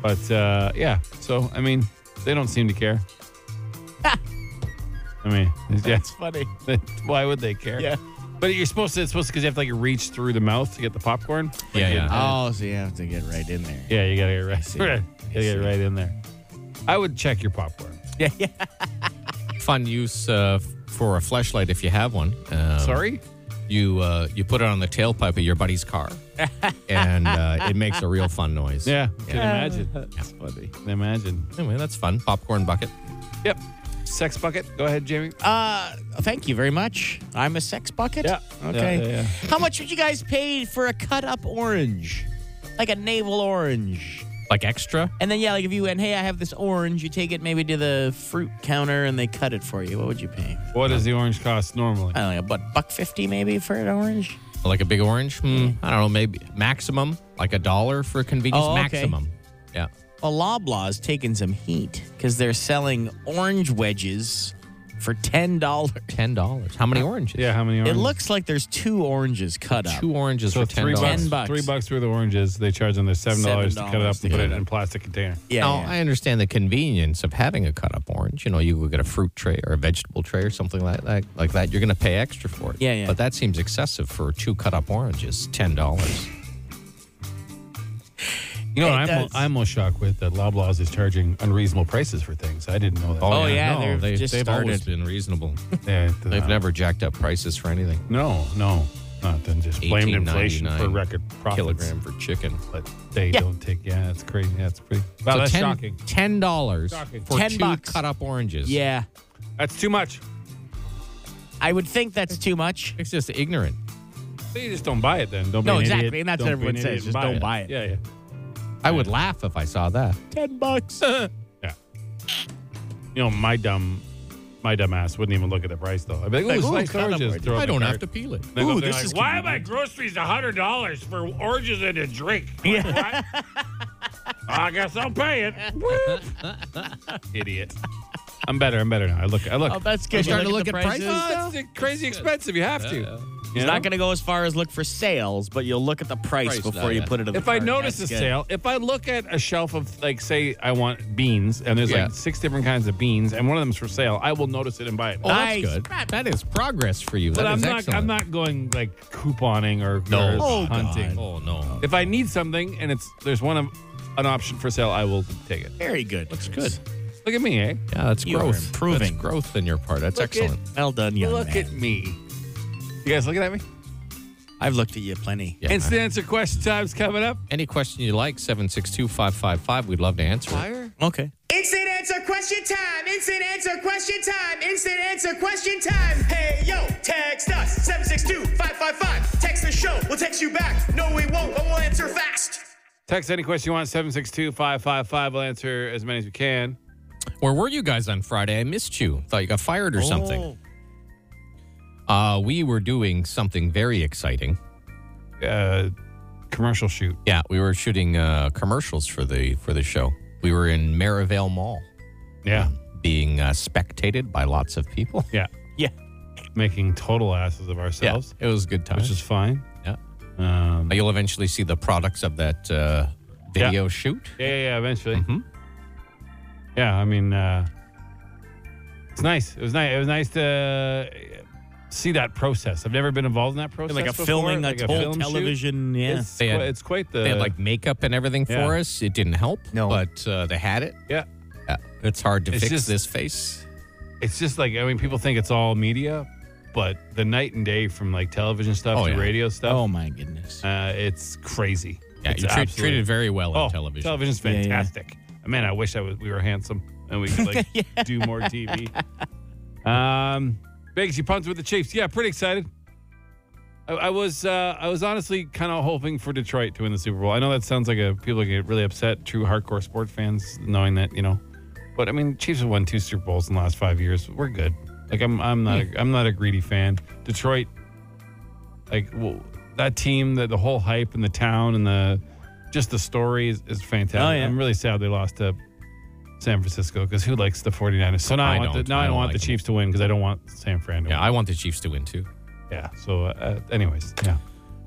But uh, yeah, so I mean, they don't seem to care. I mean, yeah,
funny.
why would they care?
Yeah.
But you're supposed to, it's supposed to, because you have to like reach through the mouth to get the popcorn.
Yeah, yeah.
Oh, so you have to get right in there.
Yeah, you gotta get right,
see.
right,
I
gotta get
see.
right in there. I would check your popcorn.
Fun use uh, f- for a flashlight if you have one. Um,
Sorry?
You uh, you put it on the tailpipe of your buddy's car, and uh, it makes a real fun noise.
Yeah, can imagine. That's funny. Can imagine.
Anyway, that's fun. Popcorn bucket.
Yep. Sex bucket. Go ahead, Jamie.
Uh, thank you very much. I'm a sex bucket.
Yeah.
Okay.
Yeah, yeah,
How much would you guys pay for a cut up orange, like a navel orange?
Like extra.
And then yeah, like if you went, hey, I have this orange, you take it maybe to the fruit counter and they cut it for you. What would you pay?
What does the orange cost normally?
Uh,
I don't know, but buck fifty maybe for an orange.
Like a big orange? Hmm, I don't know. Maybe maximum, like a dollar for convenience.
Oh, okay.
Maximum. Yeah.
Well, Loblaws taking some heat because they're selling orange wedges for ten dollars.
Ten dollars. How many oranges?
Yeah, how many oranges?
It looks like there's two oranges cut up.
Two oranges
So
for ten
three bucks,
dollars.
three bucks worth of oranges. They charge them their seven dollars to cut it up and
$7
put
to
it
cut
in a plastic container.
Now, I understand the convenience of having a cut up orange. You know, you could get a fruit tray or a vegetable tray or something like that. Like that, you're going to pay extra for it. Yeah, yeah. But that seems excessive for two cut up oranges, ten dollars.
You know,
It
what I'm
does.
I'm most shocked with that Loblaws is charging unreasonable prices for things. I didn't know that.
Oh,
Oh, No, they, have always been reasonable.
yeah, uh,
they've never jacked up prices for anything.
No, no, not then just blamed inflation for
$18.99
record profits.
kilogram for chicken,
but they
Yeah.
don't take. Yeah, that's crazy. Yeah, it's pretty. Wow,
So
that's
10
shocking.
Ten dollars
Shocking.
for
10
two
bucks.
cut up oranges.
Yeah,
that's too much.
I would think that's too much.
It's just ignorant.
So you just don't buy it then. Don't be
No,
an
exactly,
idiot.
and that's
Don't
what
be
everyone
an
says,
idiot and
just don't buy it.
Yeah, yeah.
I would laugh if I saw that.
Ten bucks.
You know, my dumb, my dumb ass wouldn't even look at the price though. I'd be like,
Like,
"Ooh, it's
ooh,
nice
cut up
oranges."
orange.
Throw it
I
in the
don't have
cart.
to peel it.
They go
Ooh,
thing
this
like,
is
why are my groceries hundred dollars for oranges and a drink? Yeah. I guess I'll pay it. Idiot. I'm better. I'm better now. I look. I look.
Oh, that's good.
I'm
You
starting
look
to
at
look
the
at prices.
prices?
Oh, it's crazy expensive. You have to.
He's not going to go as far as look for sales, but you'll look at the price,
Price,
before
uh,
you
yeah.
put it in the
If I
cart.
notice
That's
a
good.
sale, if I look at a shelf of like say I want beans and there's
Yeah.
like six different kinds of beans and one of them's for sale, I will notice it and buy it.
Oh, that's good. That is progress for you.
But
That
I'm
is
not
excellent.
I'm not going like couponing or, or
Oh,
hunting.
God. Oh no.
If I need something and it's there's one of an option for sale, I will take it.
Very good. That's
good.
Look at me, eh?
Yeah, that's
You are
growth.
improving.
That's growth in your part. That's
Look at-
excellent.
Well done, young
Look
man.
at me. You guys looking at me?
I've looked at you plenty.
Yeah.
Instant answer question time's coming up.
Any question you like, 762-555. We'd love to answer it.
Okay.
Instant answer question time. Instant answer question time. Instant answer question time. Hey, yo, text us 762 555. Text the show. We'll text you back. No, we won't, but we'll answer fast.
Text any question you want, 762-555. We'll answer as many as we can.
Where were you guys on Friday? I missed you. Thought you got fired
Oh.
or
Oh.
something. Uh, we were doing something very exciting.
Uh, commercial shoot.
Yeah, we were shooting uh, commercials for the for the show. We were in Merivale Mall,
Yeah.
being uh, spectated by lots of people.
Yeah.
Yeah.
Making total asses of ourselves.
It was a good time.
Which is fine.
Yeah.
Um,
You'll eventually see the products of that uh, video shoot.
Yeah, yeah, yeah eventually. Mm-hmm. Yeah, I mean, uh, it's nice. It was nice. It was nice to uh, see that process. I've never been involved in that process.
like a
before,
filming, like, whole
film shoot.
television. Yeah.
It's,
They had-
quite, it's quite the
They had like makeup and everything
Yeah.
for us. It didn't help. No, but uh, they had it.
yeah.
Yeah. It's hard to
It's
fix
just-
this face.
It's just like I mean, people think it's all media, but the night and day from like television stuff
Oh,
to
yeah.
radio stuff.
Oh my goodness.
Uh, it's crazy.
Yeah,
it's
you treat,
absolutely-
treated very well
oh,
on television.
Television's
Yeah, yeah.
fantastic. Man, I wish I was, we were handsome and we could like do more TV. Um, Biggs, you pumped with the Chiefs. Yeah, pretty excited. I, I was uh, I was honestly kind of hoping for Detroit to win the Super Bowl. I know that sounds like a people get really upset, true hardcore sport fans, knowing that you know. But I mean, Chiefs have won two Super Bowls in the last five years. We're good. Like I'm I'm not a, I'm not a greedy fan. Detroit, like well, that team, the, the whole hype and the town and the just the story is, is fantastic.
Oh, yeah.
I'm really sad they lost to San Francisco because who likes the 49ers? So now I,
I
want the,
don't.
now
I
I,
don't
want
like
the
them.
Chiefs to win because I don't want San Fran to
Yeah,
win.
I want the Chiefs to win too.
Yeah. So, uh, anyways, yeah.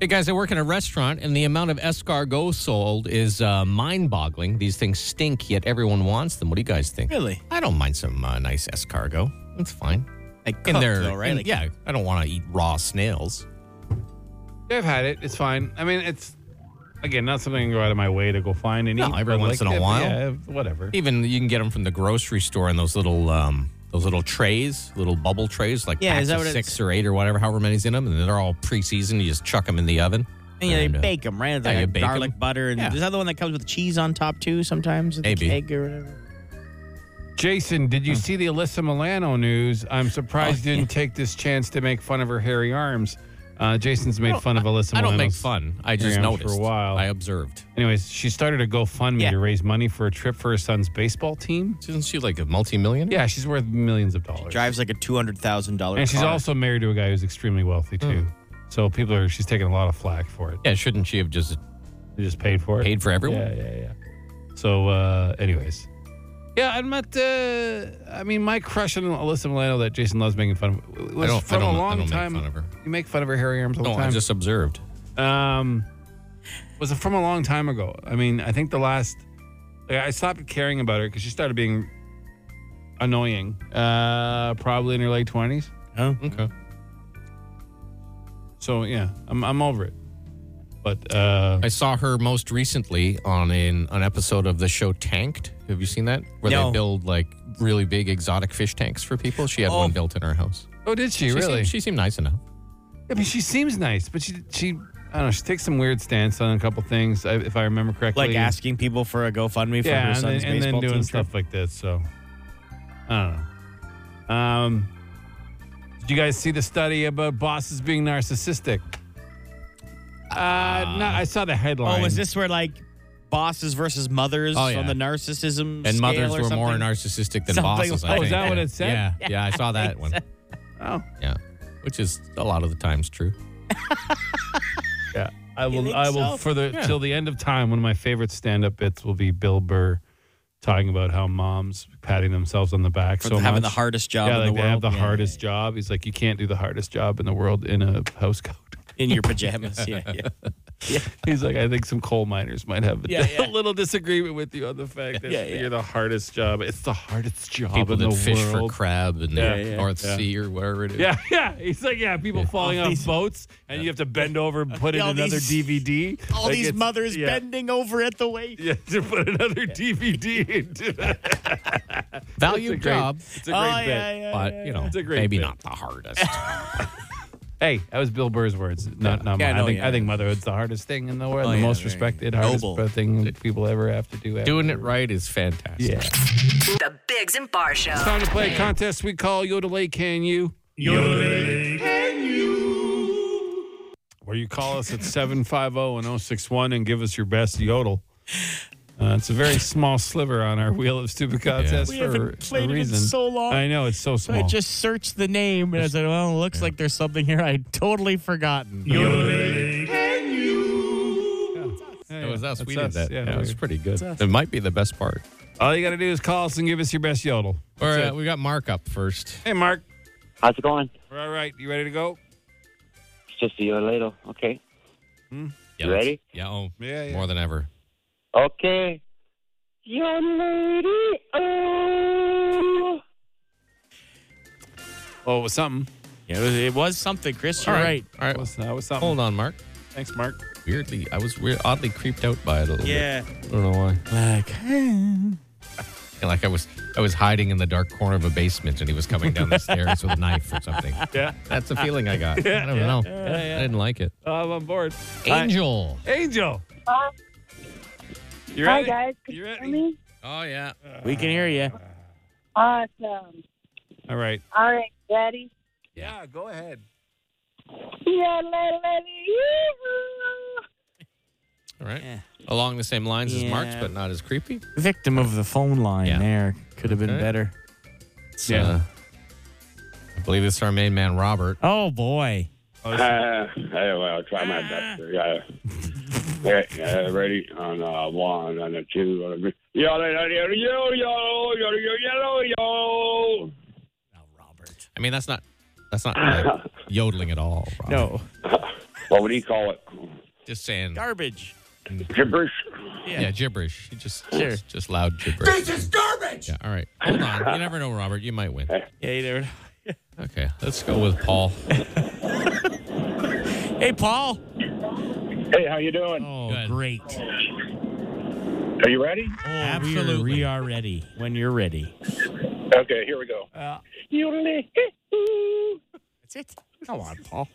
Hey guys, I work in a restaurant, and the amount of escargot sold is uh, mind-boggling. These things stink, yet everyone wants them. What do you guys think?
Really?
I don't mind some uh, nice escargot. It's fine.
Like
In
cooked,
there,
though, right?
in-
Like-
yeah, I don't want to eat raw snails.
I've had it. It's fine. I mean, it's again not something I go out of my way to go find and
No,
eat.
every
but,
once
like,
in a
if-
while.
yeah, if- whatever.
Even you can get them from the grocery store in those little um, those little trays, little bubble trays, like
Yeah,
packs
is that
of
what
six
it's-
or eight or whatever, however many's in them, and they're all pre-seasoned. You just chuck them in the oven.
And yeah, they
And, uh,
bake them, right? It's
yeah,
Like
you
a
bake 'em.
garlic butter, and
Yeah.
there's another one that comes with cheese on top too. Sometimes with
Maybe.
the cake or whatever.
Jason, did
Hmm.
you see the Alyssa Milano news? I'm surprised
Oh,
you didn't take this chance to make fun of her hairy arms. Uh, Jason's made fun of Alyssa.
I don't make
Milano's
fun. I
hairy
just
arms
noticed
for a while.
I observed.
Anyways, she started a GoFundMe
Yeah.
to raise money for a trip for her son's baseball team.
Isn't she like a multi-millionaire?
Yeah, she's worth millions of dollars.
Drives like a two hundred thousand dollar.
and she's also married to a guy who's extremely wealthy
Hmm.
too. So people are she's taking a lot of flack for it.
Yeah, shouldn't she have just
They just paid for it.
paid for everyone?
Yeah, yeah, yeah. So, uh, anyways, Yeah, I'm not. Uh, I mean, my crush on Alyssa Milano that Jason loves making fun of was
I don't- I
from
don't- I
a long
don't make
time.
fun of her.
You make fun of her hairy arms all
No,
the time.
Oh, I just observed.
um, was it from a long time ago? I mean, I think the last like, I stopped caring about her because she started being annoying. Uh, probably in her late twenties.
Oh,
okay.
So yeah, I'm I'm over it. But uh,
I saw her most recently on an, an episode of the show Tanked. Have you seen that? Where
No.
they build like really big exotic fish tanks for people. She had
Oh.
one built in her house.
Oh, did she, really?
Seemed, she seemed nice enough.
I mean, she seems nice, but she she I don't know. She takes some weird stance on a couple things, I- if I remember correctly.
Like asking people for a GoFundMe for her
yeah, and,
son's
then, and then
baseball
doing
team
stuff
trip.
like this. So I don't know. Um, did you guys see the study about bosses being narcissistic? Uh, no, I saw the headline.
Ah. Oh, was this where like bosses versus mothers
Oh, yeah.
on the narcissism
And
scale
mothers
or
were more
something?
narcissistic than
Something
bosses. I think.
like- Oh, is that
Yeah.
what it said?
Yeah,
Yeah,
yeah, I saw
I
that
think
one.
so.
Oh,
Yeah, which is a lot of the times true.
yeah. I
You
will.
think
I will
so?
for the
Yeah.
till the end of time. One of my favorite stand-up bits will be Bill Burr talking about how moms patting themselves on the back
For
so
having
much.
the hardest job
Yeah,
in
like
the
they have
world.
the
Yeah,
hardest job. He's like, you can't do the hardest job in the world in a house coat.
in your pajamas. yeah, yeah.
He's like, I think some coal miners might have a,
Yeah, yeah.
a little disagreement with you on the fact that
Yeah, yeah.
you're the hardest job. It's the hardest job
People
in the
that fish
world.
for crab in the
Yeah, yeah,
North
yeah.
Sea or wherever it is.
yeah, yeah. He's like, yeah, people falling
All
off
these-
boats, and you have to bend over and put
All
in another
these-
DVD.
All
Like,
these
it's-
mothers
yeah.
bending over at the waist.
Yeah, to put another DVD into that.
Value
It's a great-
job,
It's a great
Oh,
bit.
yeah, yeah,
but you know,
It's a great
maybe
bit.
not the hardest.
Hey, that was Bill Burr's words, not, not
Yeah,
mine.
no,
I think
yeah.
I think motherhood's the hardest thing in the world,
Oh,
the
yeah,
most
very
respected, hardest
noble.
thing people ever have to do. After.
Doing it right is fantastic.
Yeah.
The Bigs and Bar Show.
Uh,
Time to play a contest we call Yodelay Can You? Where you call us at 750 and 061 and give us your best yodel. Uh, it's a very small sliver on our Wheel of Stupid contest
We
for
haven't
a
played it in
reason.
so long.
I know, it's so small.
I just searched the name and I said, well, it looks like there's something here I'd totally forgotten.
It was us.
That's
we did
us.
that.
Yeah,
Yeah, it was
we-
pretty good. It might be the best part.
All you got to do is call us and give us your best yodel.
All
That's
right,
it.
we got Mark up first.
Hey, Mark.
How's it going?
We're all right. You ready to go?
It's just a year later. Okay. You
let's-
ready?
Yeah, oh,
Yeah, yeah.
more than ever.
Okay. Young lady, oh.
Oh, it was something.
It was, it was something, Chris. You're
All
right.
right. All right.
That was, that was something.
Hold on, Mark.
Thanks, Mark.
Weirdly, I was weird, oddly creeped out by it a little
Yeah.
bit. I don't know why.
Like,
Yeah, like I was, I was hiding in the dark corner of a basement, and he was coming down the stairs with a knife or something.
Yeah.
That's the feeling I got. I don't know. I didn't like it.
Uh, I'm on board.
Angel.
Hi. Angel.
Hi.
You
Hi
ready?
guys, can
You
you hear
ready?
me?
Oh yeah.
we can hear you.
Awesome.
All right.
All right, ready?
Yeah, go ahead.
Yeah, la- la- la-
All right. Along the same lines
Yeah.
as Mark's, but not as creepy.
Victim of the phone line
Yeah.
there. Could have been
Okay.
better.
It's,
Yeah.
uh, I believe it's our main man Robert.
Oh, boy.
Uh, anyway, I'll try my best. here. Yeah. Yeah, yeah, ready on uh, one, on a two, on a three. Yo, yo, yo, yo, yo, yo, yo, yo, yo.
I mean, that's not that's not like, yodeling at all. Robert.
No.
What would he call it?
just saying.
Garbage.
Gibberish.
Yeah, gibberish. You just
Sure.
just, just loud gibberish. This is garbage. Yeah. All right. Hold on. You never know, Robert. You might win.
Yeah, you never know.
Okay. Let's go with Paul.
Hey, Paul.
Hey, how you doing?
Oh,
Good.
great.
Are you ready?
Absolutely. We are ready when you're ready.
Okay, here we go.
Uh, That's it. Come on, Paul.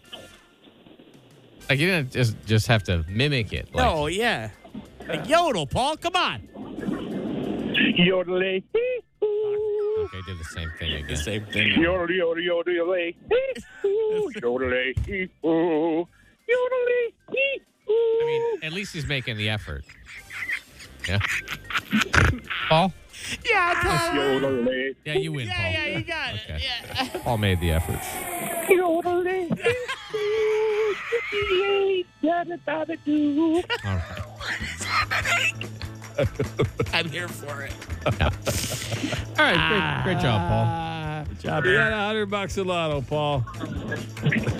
Like you didn't just just have to mimic it. Like,
No, Oh, yeah. Like yodel, Paul. Come on.
Yodelay.
Okay. Did the same thing again.
Same thing.
Yodel, yodel, yodel, yodelay. Yodelay. Yodelay.
I mean, at least he's making the effort. Yeah. Paul.
Yeah, Paul.
Yodelay.
Yeah, you win, Paul.
Yeah, yeah, you got it.
Okay.
Yeah.
Paul made the effort.
Yodelay.
All right.
I'm here for it.
All right, great, great job, Paul.
Good job. You got a hundred bucks a lotto, Paul.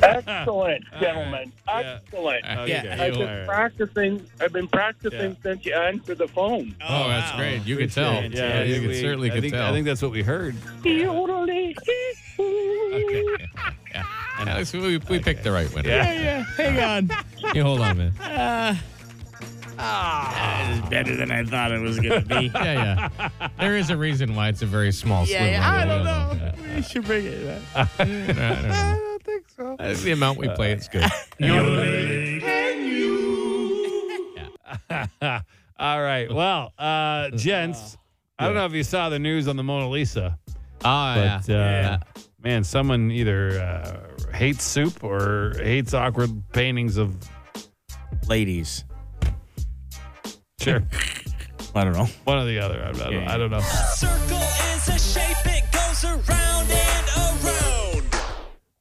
Excellent, gentlemen. Excellent.
Uh,
Yeah. Okay,
I've
you
been
are.
practicing. I've been practicing since you answered the phone.
Oh, that's great. You could
Appreciate
tell.
it.
Yeah, you
I
could
think
certainly
we-
could
I think,
tell.
I think that's what we heard.
Yodely.
And Alex, we, we picked the right winner.
Yeah.
yeah. Hang on.
Hey, hold on, man.
Uh, ah, it's better than I thought it was going to be.
yeah, yeah. There is a reason why it's a very small
Yeah,
sliver.
yeah, I
of the
don't
wheel.
know. We should bring it back.
I don't know. That's the amount we play. It's good. Oh,
All right. Well, uh, gents, I don't know if you saw the news on the Mona Lisa.
Oh, yeah.
But, uh, man, someone either uh, hates soup or hates awkward paintings of
ladies.
Sure.
I don't know.
One or the other. I, I, don't, I don't know.
Circle is a shape, it goes around and around.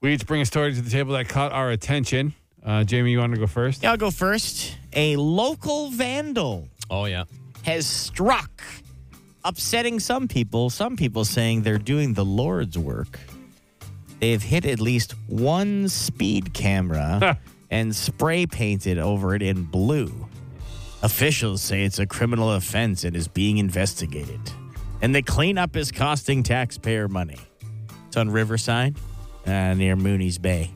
We each bring a story to the table that caught our attention. Uh, Jamie, you want to go first?
Yeah, I'll go first. A local vandal
Oh, yeah.
has struck, upsetting some people, some people saying they're doing the Lord's work. They have hit at least one speed camera and spray painted over it in blue. Officials say it's a criminal offense and is being investigated. And the cleanup is costing taxpayer money. It's on Riverside, uh, near Mooney's Bay.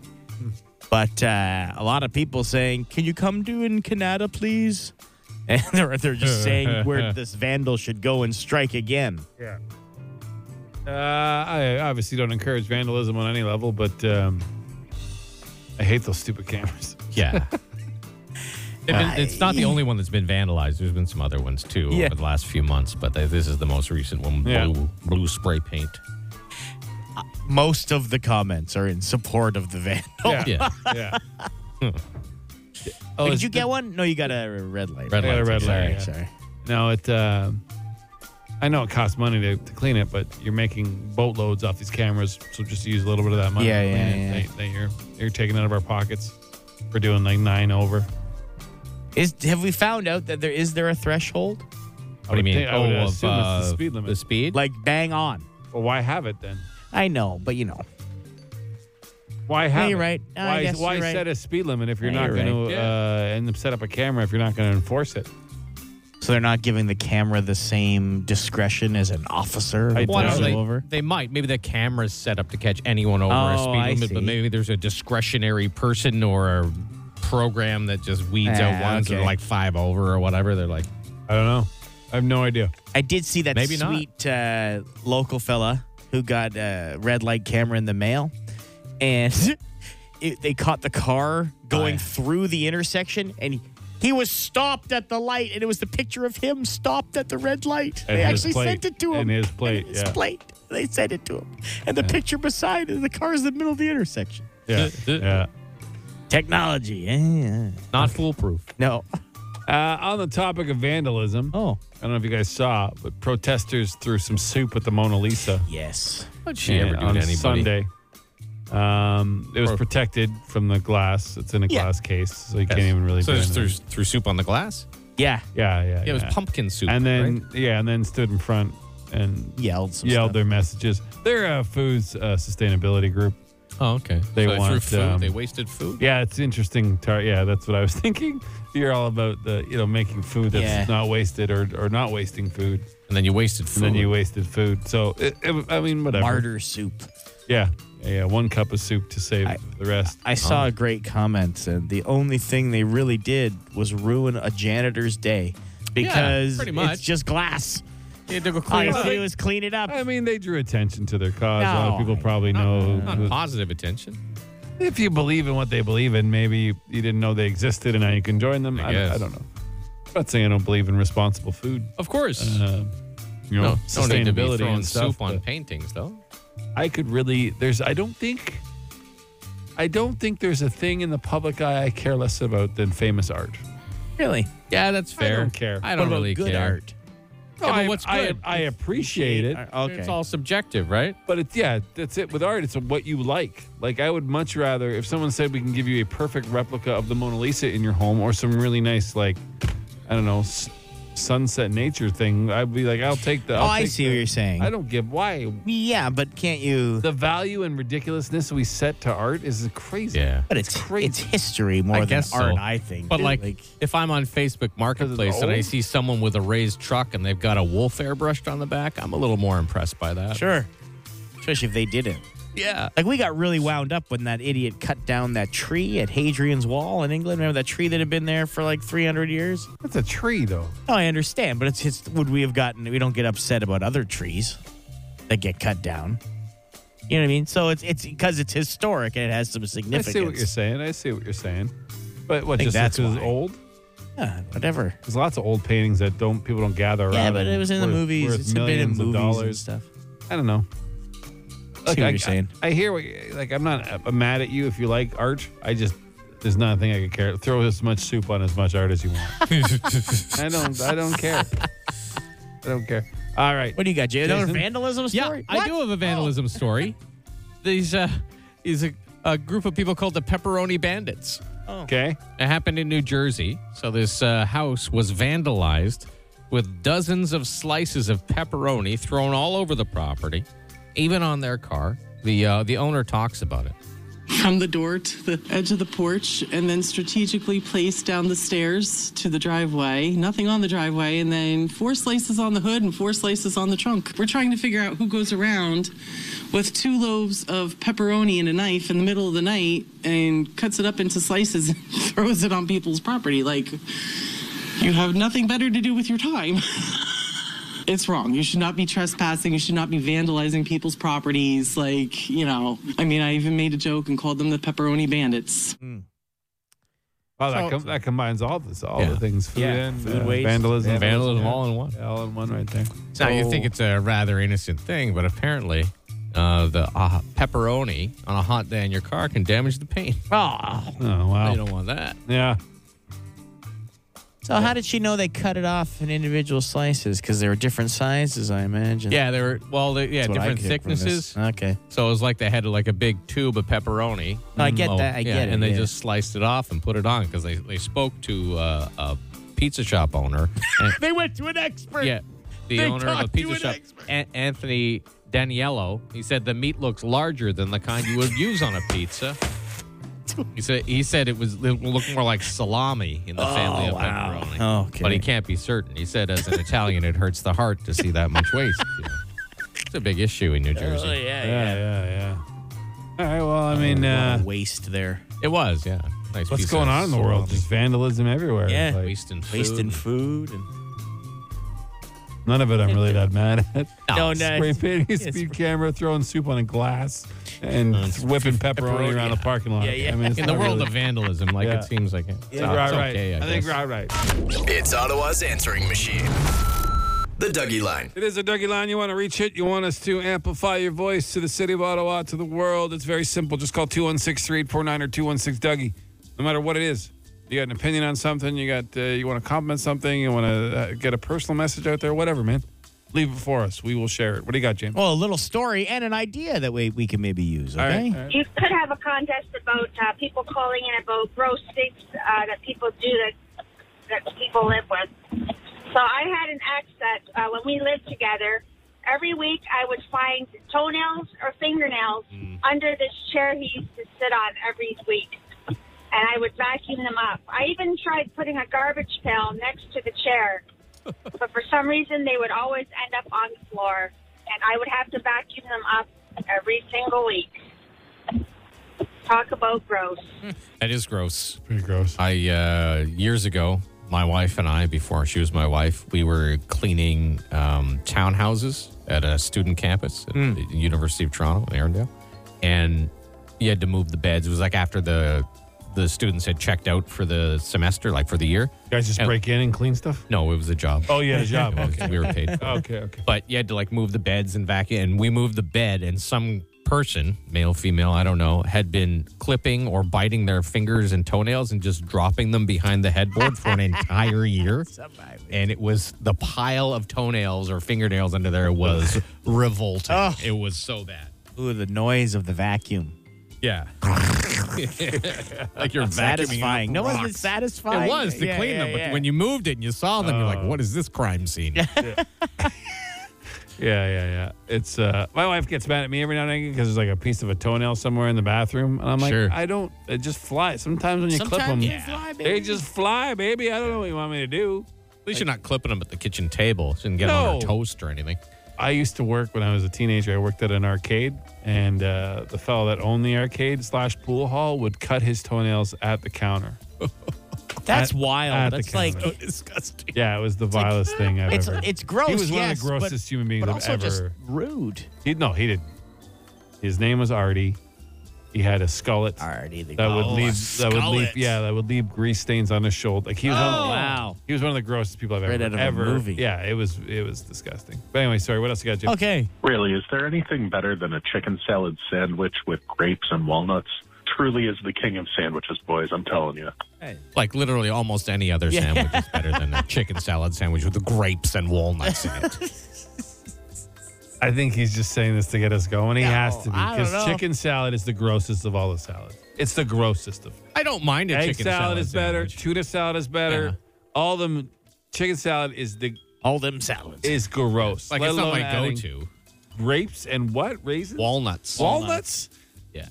But uh, a lot of people saying, "Can you come do in Canada, please?" And they're they're just saying where this vandal should go and strike again.
Yeah. Uh, I obviously don't encourage vandalism on any level, but um, I hate those stupid cameras.
Yeah. They've been- it's not the only one that's been vandalized. There's been some other ones too
Yeah.
over the last few months, but th- this is the most recent one. Blue,
Yeah.
blue spray paint.
Most of the comments are in support of the vandal.
Yeah.
yeah.
Did
it's
you
the-
get one? No, you got a Oh, red light.
Red light. red
sorry,
light. yeah.
sorry.
No, it. Uh, I know it costs money to, to clean it, but you're making boatloads off these cameras, so just use a little bit of that money.
Yeah,
to clean
yeah,
it
yeah.
That, that you're you're taking out of our pockets. We're doing like nine over.
Is have we found out that there is there a threshold?
What do you mean?
I would
Oh,
assume
of,
it's
uh,
the speed limit.
The speed?
Like bang on.
Well, why have it then?
I know, but you know.
Why have
you're
it?
right. I
Why,
guess
why
you're right.
set a speed limit if you're
Yeah,
not
you're
going
right.
to
Yeah.
uh, end up set up a camera if you're not going to enforce it?
So they're not giving the camera the same discretion as an officer.
Well, I don't know,
pulls
they,
you over.
they might. Maybe the camera's set up to catch anyone over a
Oh,
speed
I
limit, but
see.
maybe there's a discretionary person or a program that just weeds
Ah,
out ones that
okay.
are like five over or whatever. They're like,
I don't know. I have no idea.
I did see that
Maybe not.
sweet uh, local fella who got a red light camera in the mail, and it, they caught the car going through the intersection, and he, he was stopped at the light, and it was the picture of him stopped at the red light.
And
they
his
actually
plate.
sent it to
And
him.
his plate,
his
yeah.
plate. They sent it to him, and the picture beside it, the car is in the middle of the intersection.
Yeah. yeah.
Technology, yeah.
not foolproof.
no.
Uh, on the topic of vandalism,
oh,
I don't know if you guys saw, but protesters threw some soup at the Mona Lisa
Yes.
What'd she ever do to
on
anybody?
Sunday. Um, it was protected from the glass. It's in a
Yeah.
glass case, so you
Yes.
can't even really.
So
do
just threw,
anything.
threw soup on the glass?
Yeah.
yeah, yeah,
Yeah, it was pumpkin soup.
And then
right?
yeah, and then stood in front and
Yelled some
yelled
stuff.
their messages. They're a foods uh, sustainability group.
Oh, okay.
They
so threw
want,
food.
um,
they wasted food.
Yeah, it's interesting. Tar- yeah, that's what I was thinking. You're all about the you know making food that's
Yeah.
not wasted or or not wasting food,
And then you wasted
and
food.
then you wasted food. So it, it- I mean, whatever.
Martyr soup.
Yeah, yeah, yeah. One cup of soup to save the rest.
I saw a great comment, and the only thing they really did was ruin a janitor's day because
pretty much.
it's just glass.
You had to go
All
clean
you
it up.
do is clean it up.
I mean, they drew attention to their cause. a lot
No,
of people probably know.
Not positive attention.
if you believe in what they believe in, maybe you, you didn't know they existed, and now you can join them. I, don't-
guess.
I don't know. I'm not saying I don't believe in responsible food.
Of course.
Uh, you know,
no, don't need to be
sustainability
throwing
and stuff.
soup on
but-
paintings, though.
I could really there's I don't think I don't think there's a thing in the public eye I care less about than famous art.
really?
Yeah, that's
I
fair.
don't care.
I don't
what about
really
good
care.
art?
Yeah, but
I,
what's
I-
good?
I, appreciate it,
Okay.
It's all subjective, right?
but it's yeah, that's it with art. It's what you like. Like I would much rather if someone said we can give you a perfect replica of the Mona Lisa in your home or some really nice like I don't know s- sunset nature thing, I'd be like, I'll take the. I'll
Oh, I
take
see
the-
what you're saying.
I don't give why.
Yeah, but can't you?
The value and ridiculousness we set to art is crazy.
Yeah.
But it's crazy. It's history more
I
than
guess
art.
so.
I think.
But like, if I'm on Facebook Marketplace and I
old?
see someone with a raised truck and they've got a wolf airbrushed on the back, I'm a little more impressed by that.
Sure. Especially if they did it.
Yeah.
Like we got really wound up when that idiot cut down that tree at Hadrian's Wall in England. Remember that tree that had been there for like 300 years?
That's a tree, though.
No, I understand, but it's just would we have gotten? We don't get upset about other trees that get cut down. You know what I mean? So it's it's because it's historic and it has some
I
significance.
see what you're saying. I see what you're saying. But what
I think
just
that's
that's
why.
old?
Yeah, whatever.
There's lots of old paintings that don't people don't gather around.
Yeah, but
and
it was in the
worth-
movies.
worth
It's been in
millions of
movies and
dollars.
stuff.
I don't know.
I see what you're saying.
I, hear what you like. I'm not uh, mad at you if you like art. I just there's not a thing I could care. Throw as much soup on as much art as you want. I don't. I don't care. I don't care. All right.
What do you got, Jay? Another
Jason?
vandalism story?
Yeah, I do have a
Oh.
vandalism story. These uh, is a, a group of people called the Pepperoni Bandits.
Okay.
It happened in New Jersey. So this uh, house was vandalized with dozens of slices of pepperoni thrown all over the property, even on their car. The uh, the owner talks about it.
from the door to the edge of the porch and then strategically placed down the stairs to the driveway. Nothing on the driveway, and then four slices on the hood and four slices on the trunk. We're trying to figure out who goes around with two loaves of pepperoni and a knife in the middle of the night and cuts it up into slices and throws it on people's property. Like, you have nothing better to do with your time. it's wrong. You should not be trespassing. You should not be vandalizing people's properties. Like, you know, I mean, I even made a joke and called them the pepperoni bandits.
Wow, that,
So-
com- that combines all this, all
Yeah.
the things, food
Yeah,
and
food
uh,
waste,
vandalism,
vandalism,
yeah.
all in one.
Yeah, all in one, right there.
So you think it's a rather innocent thing, but apparently uh, the uh, pepperoni on a hot day in your car can damage the paint. Oh,
oh wow.
You don't want that.
Yeah.
So how did she know they cut it off in individual slices? Because they were different sizes, I imagine.
Yeah, they were well, they, yeah,
That's what I
different
get from this.
thicknesses.
Okay.
So it was like they had like a big tube of pepperoni. Mm, oh,
No, I get that. I
yeah,
get it,
And they
yeah.
just sliced it off and put it on because they, they spoke to uh, a pizza shop owner. and-
They went to an expert.
yeah, the
They
owner of a
talked to
pizza
an
shop, An- Anthony Daniello. He said the meat looks larger than the kind you would use on a pizza. He said he said it was it will look more like salami in the family of pepperoni.
Oh, Okay.
But he can't be certain. He said, as an Italian, it hurts the heart to see that much waste. you know. It's a big issue in New Jersey.
Oh, yeah,
yeah, yeah, All right. Well, I mean, uh,
waste there.
It was, yeah. Nice
what's
piece
going
of
on in the world?
salami.
Just vandalism everywhere.
Yeah.
Like,
Wasting food.
Wasting food. And-
none of it I'm really that mad at.
No, no,
Spray
it's-
painting,
it's-
speed camera, throwing soup on a glass, and whipping Mm, pepperoni,
pepperoni,
around the
yeah.
parking lot.
Yeah, yeah.
I mean, it's
in the
not
world
really-
of vandalism, like
Yeah.
it seems like it.
Yeah, right,
it's
right.
okay, I,
I think
guess.
right, right.
It's Ottawa's answering machine. The Dougie Line.
It is a Dougie line. You want to reach it? You want us to amplify your voice to the city of Ottawa, to the world? It's very simple. Just call 216 3849 or 216 Dougie. No matter what it is, you got an opinion on something, you got uh, you want to compliment something, you want to uh, get a personal message out there, whatever, man. Leave it for us. We will share it. What do you got, James?
Oh,
well, a little story and an idea that we, we can maybe use. Okay.
All right, all right.
You could have a contest about uh, people calling in about gross things uh, that people do that that people live with. So I had an ex that uh, when we lived together, every week I would find toenails or fingernails under this chair he used to sit on every week, and I would vacuum them up. I even tried putting a garbage pail next to the chair, but for some reason they would always end up on the floor, and I would have to vacuum them up every single week. Talk about gross.
That is gross.
Pretty gross.
I uh, years ago, my wife and I, before she was my wife, we were cleaning um, townhouses at a student campus at
Hmm.
the University of Toronto in Arendelle, and you had to move the beds. It was like after the the students had checked out for the semester, like for the year.
You guys just
And-
break in and clean stuff?
No, it was a job.
Oh, yeah, a job.
It was-
Okay.
We were paid. For it.
Okay, okay.
But you had to like move the beds and vacuum. And we moved the bed, and some person, male, female, I don't know, had been clipping or biting their fingers and toenails and just dropping them behind the headboard for an entire year. And it was the pile of toenails or fingernails under there was revolting. It was so bad.
Ooh, the noise of the vacuum.
Yeah. like you're vacuuming
Satisfying.
up
No, wasn't it
rocks.
satisfying?
It was to
Yeah,
clean
yeah,
them, but
yeah. Oh.
when you moved it and you saw them, you're like, "What is this crime scene?"
Yeah, yeah, yeah. It's uh, my wife gets mad at me every now and again because there's like a piece of a toenail somewhere in the bathroom, and I'm like,
Sure.
I don't. It just flies. Sometimes when you clip them,
Sometimes they fly,
they just fly, baby. I don't know what you want me to do.
At least you're not clipping them at the kitchen table. Shouldn't get them on
No.
her toast or anything.
I used to work when I was a teenager. I worked at an arcade, and uh, the fellow that owned the arcade slash pool hall would cut his toenails at the counter.
That's
At-
wild.
at the
That's like
counter.
disgusting.
yeah, it was the vilest thing I've
it's
ever.
it's gross.
He was one
yes,
of the grossest
but,
human beings
but
I've
also
ever.
just rude.
He no, he didn't. His name was Artie. He had a skullet
Artie
that would
Oh, a
leave that would leave
skullet.
yeah that would leave grease stains on his shoulder. Like he was on,
Oh. Wow.
he was one of the grossest people I've
Right
ever
out of a
ever
movie.
yeah it was it was disgusting. But anyway, sorry. What else you got, Jim?
Okay.
Really, is there anything better than a chicken salad sandwich with grapes and walnuts? Truly is the king of sandwiches, boys. I'm telling you.
Like literally almost any other
Yeah.
sandwich is better than a chicken salad sandwich with the grapes and walnuts in it.
I think he's just saying this to get us going. He has to be
I don't
because
know.
chicken salad is the grossest of all the salads. It's the grossest of.
I don't mind a
Egg
chicken
salad,
salad
is better. Tuna salad is better. All them chicken salad is the
all them salads
is gross.
Like
let
it's not
alone
my
adding
go-to.
Grapes and what raisins?
Walnuts.
Walnuts.
Yeah.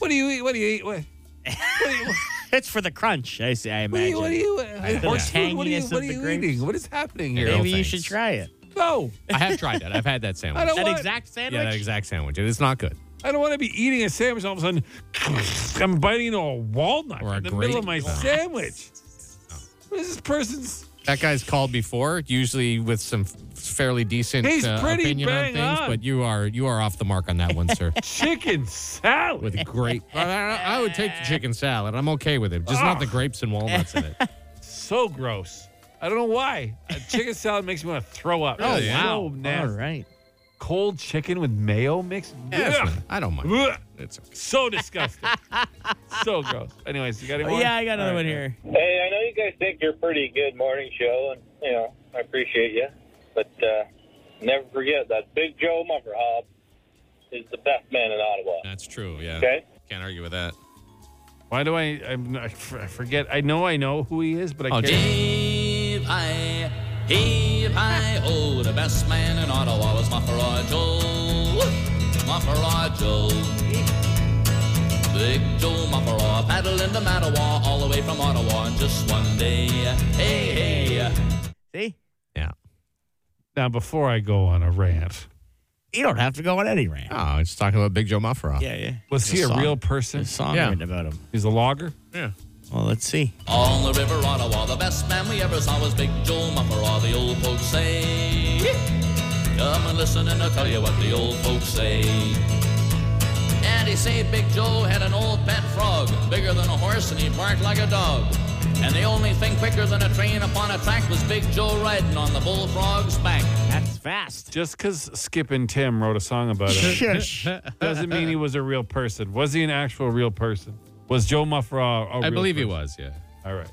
What do you eat? What do you eat? What?
it's for the crunch. I see. I
What do
imagine.
you? What do you?
I- the
horse food? What are you?
tanginess of
What are
the
you
grapes.
eating? What is happening here?
Maybe you should try it.
No,
I have tried that. I've had that sandwich.
I don't
that
want-
exact
Yeah, that
Yeah, that exact sandwich. It's not good.
I don't want to be eating a sandwich. All of a sudden, I'm biting into a walnut
Or a
in the
grape.
middle of my
No.
sandwich. What is this person's?
That guy's called before, usually with some f- fairly decent
He's
uh,
pretty
opinion on
bang
things,
on.
but you are you are off the mark on that one, sir.
Chicken salad
with grape. I, I- I would take the chicken salad. I'm okay with it, just not the grapes and walnuts in it.
So gross. I don't know why. A chicken salad makes me want to throw up.
Oh,
It's
wow.
So nasty.
All right.
Cold chicken with mayo mixed.
Yeah, it's
Ugh.
fine. I don't mind.
Ugh.
It's
So disgusting. so gross. Anyways, you got any
Oh,
more?
yeah, I got another
All
one
right.
here.
Hey, I know you guys think you're pretty good morning show, and you know I appreciate you, but uh, never forget that Big Joe Mummerhob is the best man in Ottawa.
That's true. Yeah.
Okay.
Can't argue with that.
Why do I? I'm, I f- I forget. I know I know who he is, but I
Oh,
can't.
Heave hi, heave hi, oh, the best man in Ottawa was Muffara Joe. Muffara Joe. Big Joe Muffara paddled into Mattawa all the way from Ottawa in just one day. Hey, hey.
See,
Now, before I go on a rant,
you don't have to go on any rant.
Oh, I was just talking about Big Joe Muffaroff.
Yeah, yeah.
was
There's
he a,
song-
real person?
there's a song
yeah.
written about him.
He's a logger.
Yeah.
Well, let's see.
On the river Ottawa, the best man we ever saw was Big Joe Mufferaw, the old folks say. Come and listen and I'll tell you what the old folks say. And he say Big Joe had an old pet frog, bigger than a horse, and he barked like a dog. And the only thing quicker than a train upon a track was Big Joe riding on the bullfrog's back.
That's fast.
Just because Skip and Tim wrote a song about
Shush.
it doesn't mean he was a real person. Was he an actual real person? Was Joe Muffra a real
I believe he
person?
was. Yeah.
All right.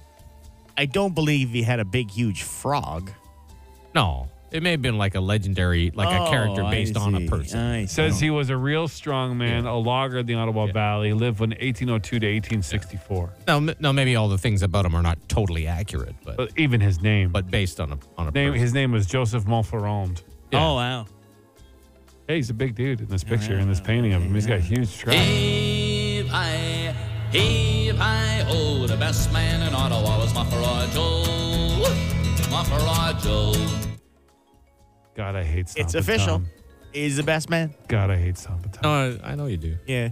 I don't believe he had a big, huge frog.
No, it may have been like a legendary, like a
Oh,
character
I
based on a
see.
person.
Uh,
I see.
Says he was a real strong man, a logger in the Ottawa Valley, lived from 1802 to 1864.
No, m- no, maybe all the things about him are not totally accurate, but,
But even his name.
but based on a on a
name
person.
his name was Joseph Montferrand.
Oh wow.
Hey, he's a big dude in this picture, in this painting of him. He's got huge traps.
Heave hi, heave hi, oh, the best man in Ottawa was Mufferaw Joe. Mufferaw Joe.
God, I hate Stompin'
It's official.
Tom.
He's the best man.
God, I hate Stompin' Tom.
No, I, I know you do. You
Yeah.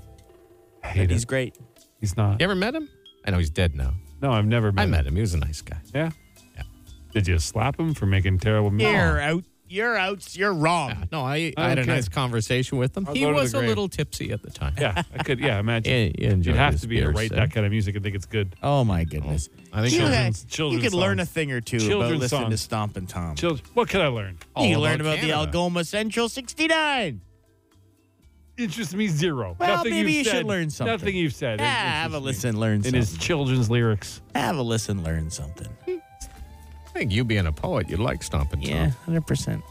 I hate
He's
him.
great.
He's not.
ever met him? I know he's dead now.
No, I've never met
I
him.
met him. He was a nice guy.
Yeah? Did you slap him for making terrible music?
You're out. You're out. You're wrong.
Yeah, no, I,
I
I had a
don't care.
nice conversation with him.
I'll
he
go to the
was a
grave.
little tipsy at the time.
Yeah, I could. Yeah, imagine.
He- he enjoyed
You'd have
his
to be to
beer,
write
so.
that kind of music and think it's good.
Oh my goodness.
I think
you,
so.
had-
children's
you could learn a
songs.
thing or two about
Children's
listening to
songs.
Stompin' Tom.
Children, what could I learn?
you can learn about the
Canada.
Algoma Central 69.
Interests me zero.
Well,
nothing
maybe
you've
you should
said,
learn something.
Nothing you've said.
Yeah,
interests
Ah, have a
me.
listen, learn
In his
something.
children's lyrics.
Have a listen, learn something.
I think you being a poet, you'd like stomping.
Yeah,
Tom.
100%.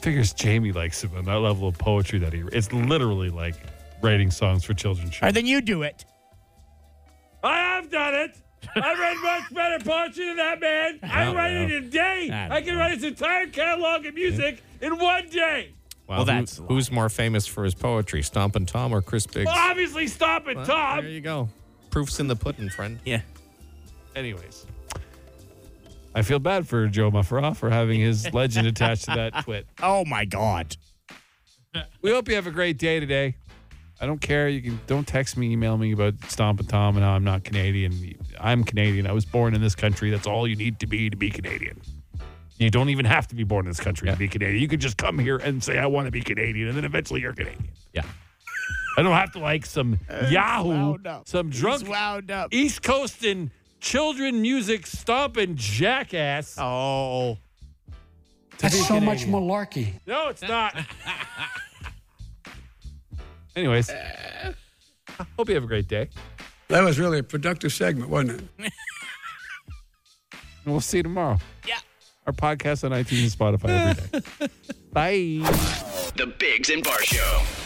Figures Jamie likes him on that level of poetry that he. It's literally like writing songs for children's shows.
All right, then you do it.
I have done it. I read much better poetry than that man. I
Well,
write
well.
it in a day.
I
I, can write his entire catalog of music in one day.
Wow, who- who's more famous for his poetry, Stompin' Tom or Chris Biggs?
Well, obviously, stop it,
Well,
Tom.
There you go. Proof's in the pudding, friend.
Yeah.
Anyways, I feel bad for Joe Muffra for having his legend attached to that twit.
Oh my God.
We hope you have a great day today. I don't care. You can don't text me, email me about Stompin' Tom and how I'm not Canadian. I'm Canadian. I was born in this country. That's all you need to be to be Canadian. You don't even have to be born in this country to be Canadian. You could just come here and say I want to be Canadian, and then eventually you're Canadian.
Yeah.
I don't have to like some Yahoo,
wound up.
some
He's
drunk
wound up.
East Coastin' children music stomping jackass.
Oh,
That's so much
malarkey.
No, it's not. Anyways, hope you have a great day.
That was really a productive segment, wasn't it?
And we'll see you tomorrow.
Yeah.
Our podcast on iTunes and Spotify every day. Bye.
The Bigs and Bar Show.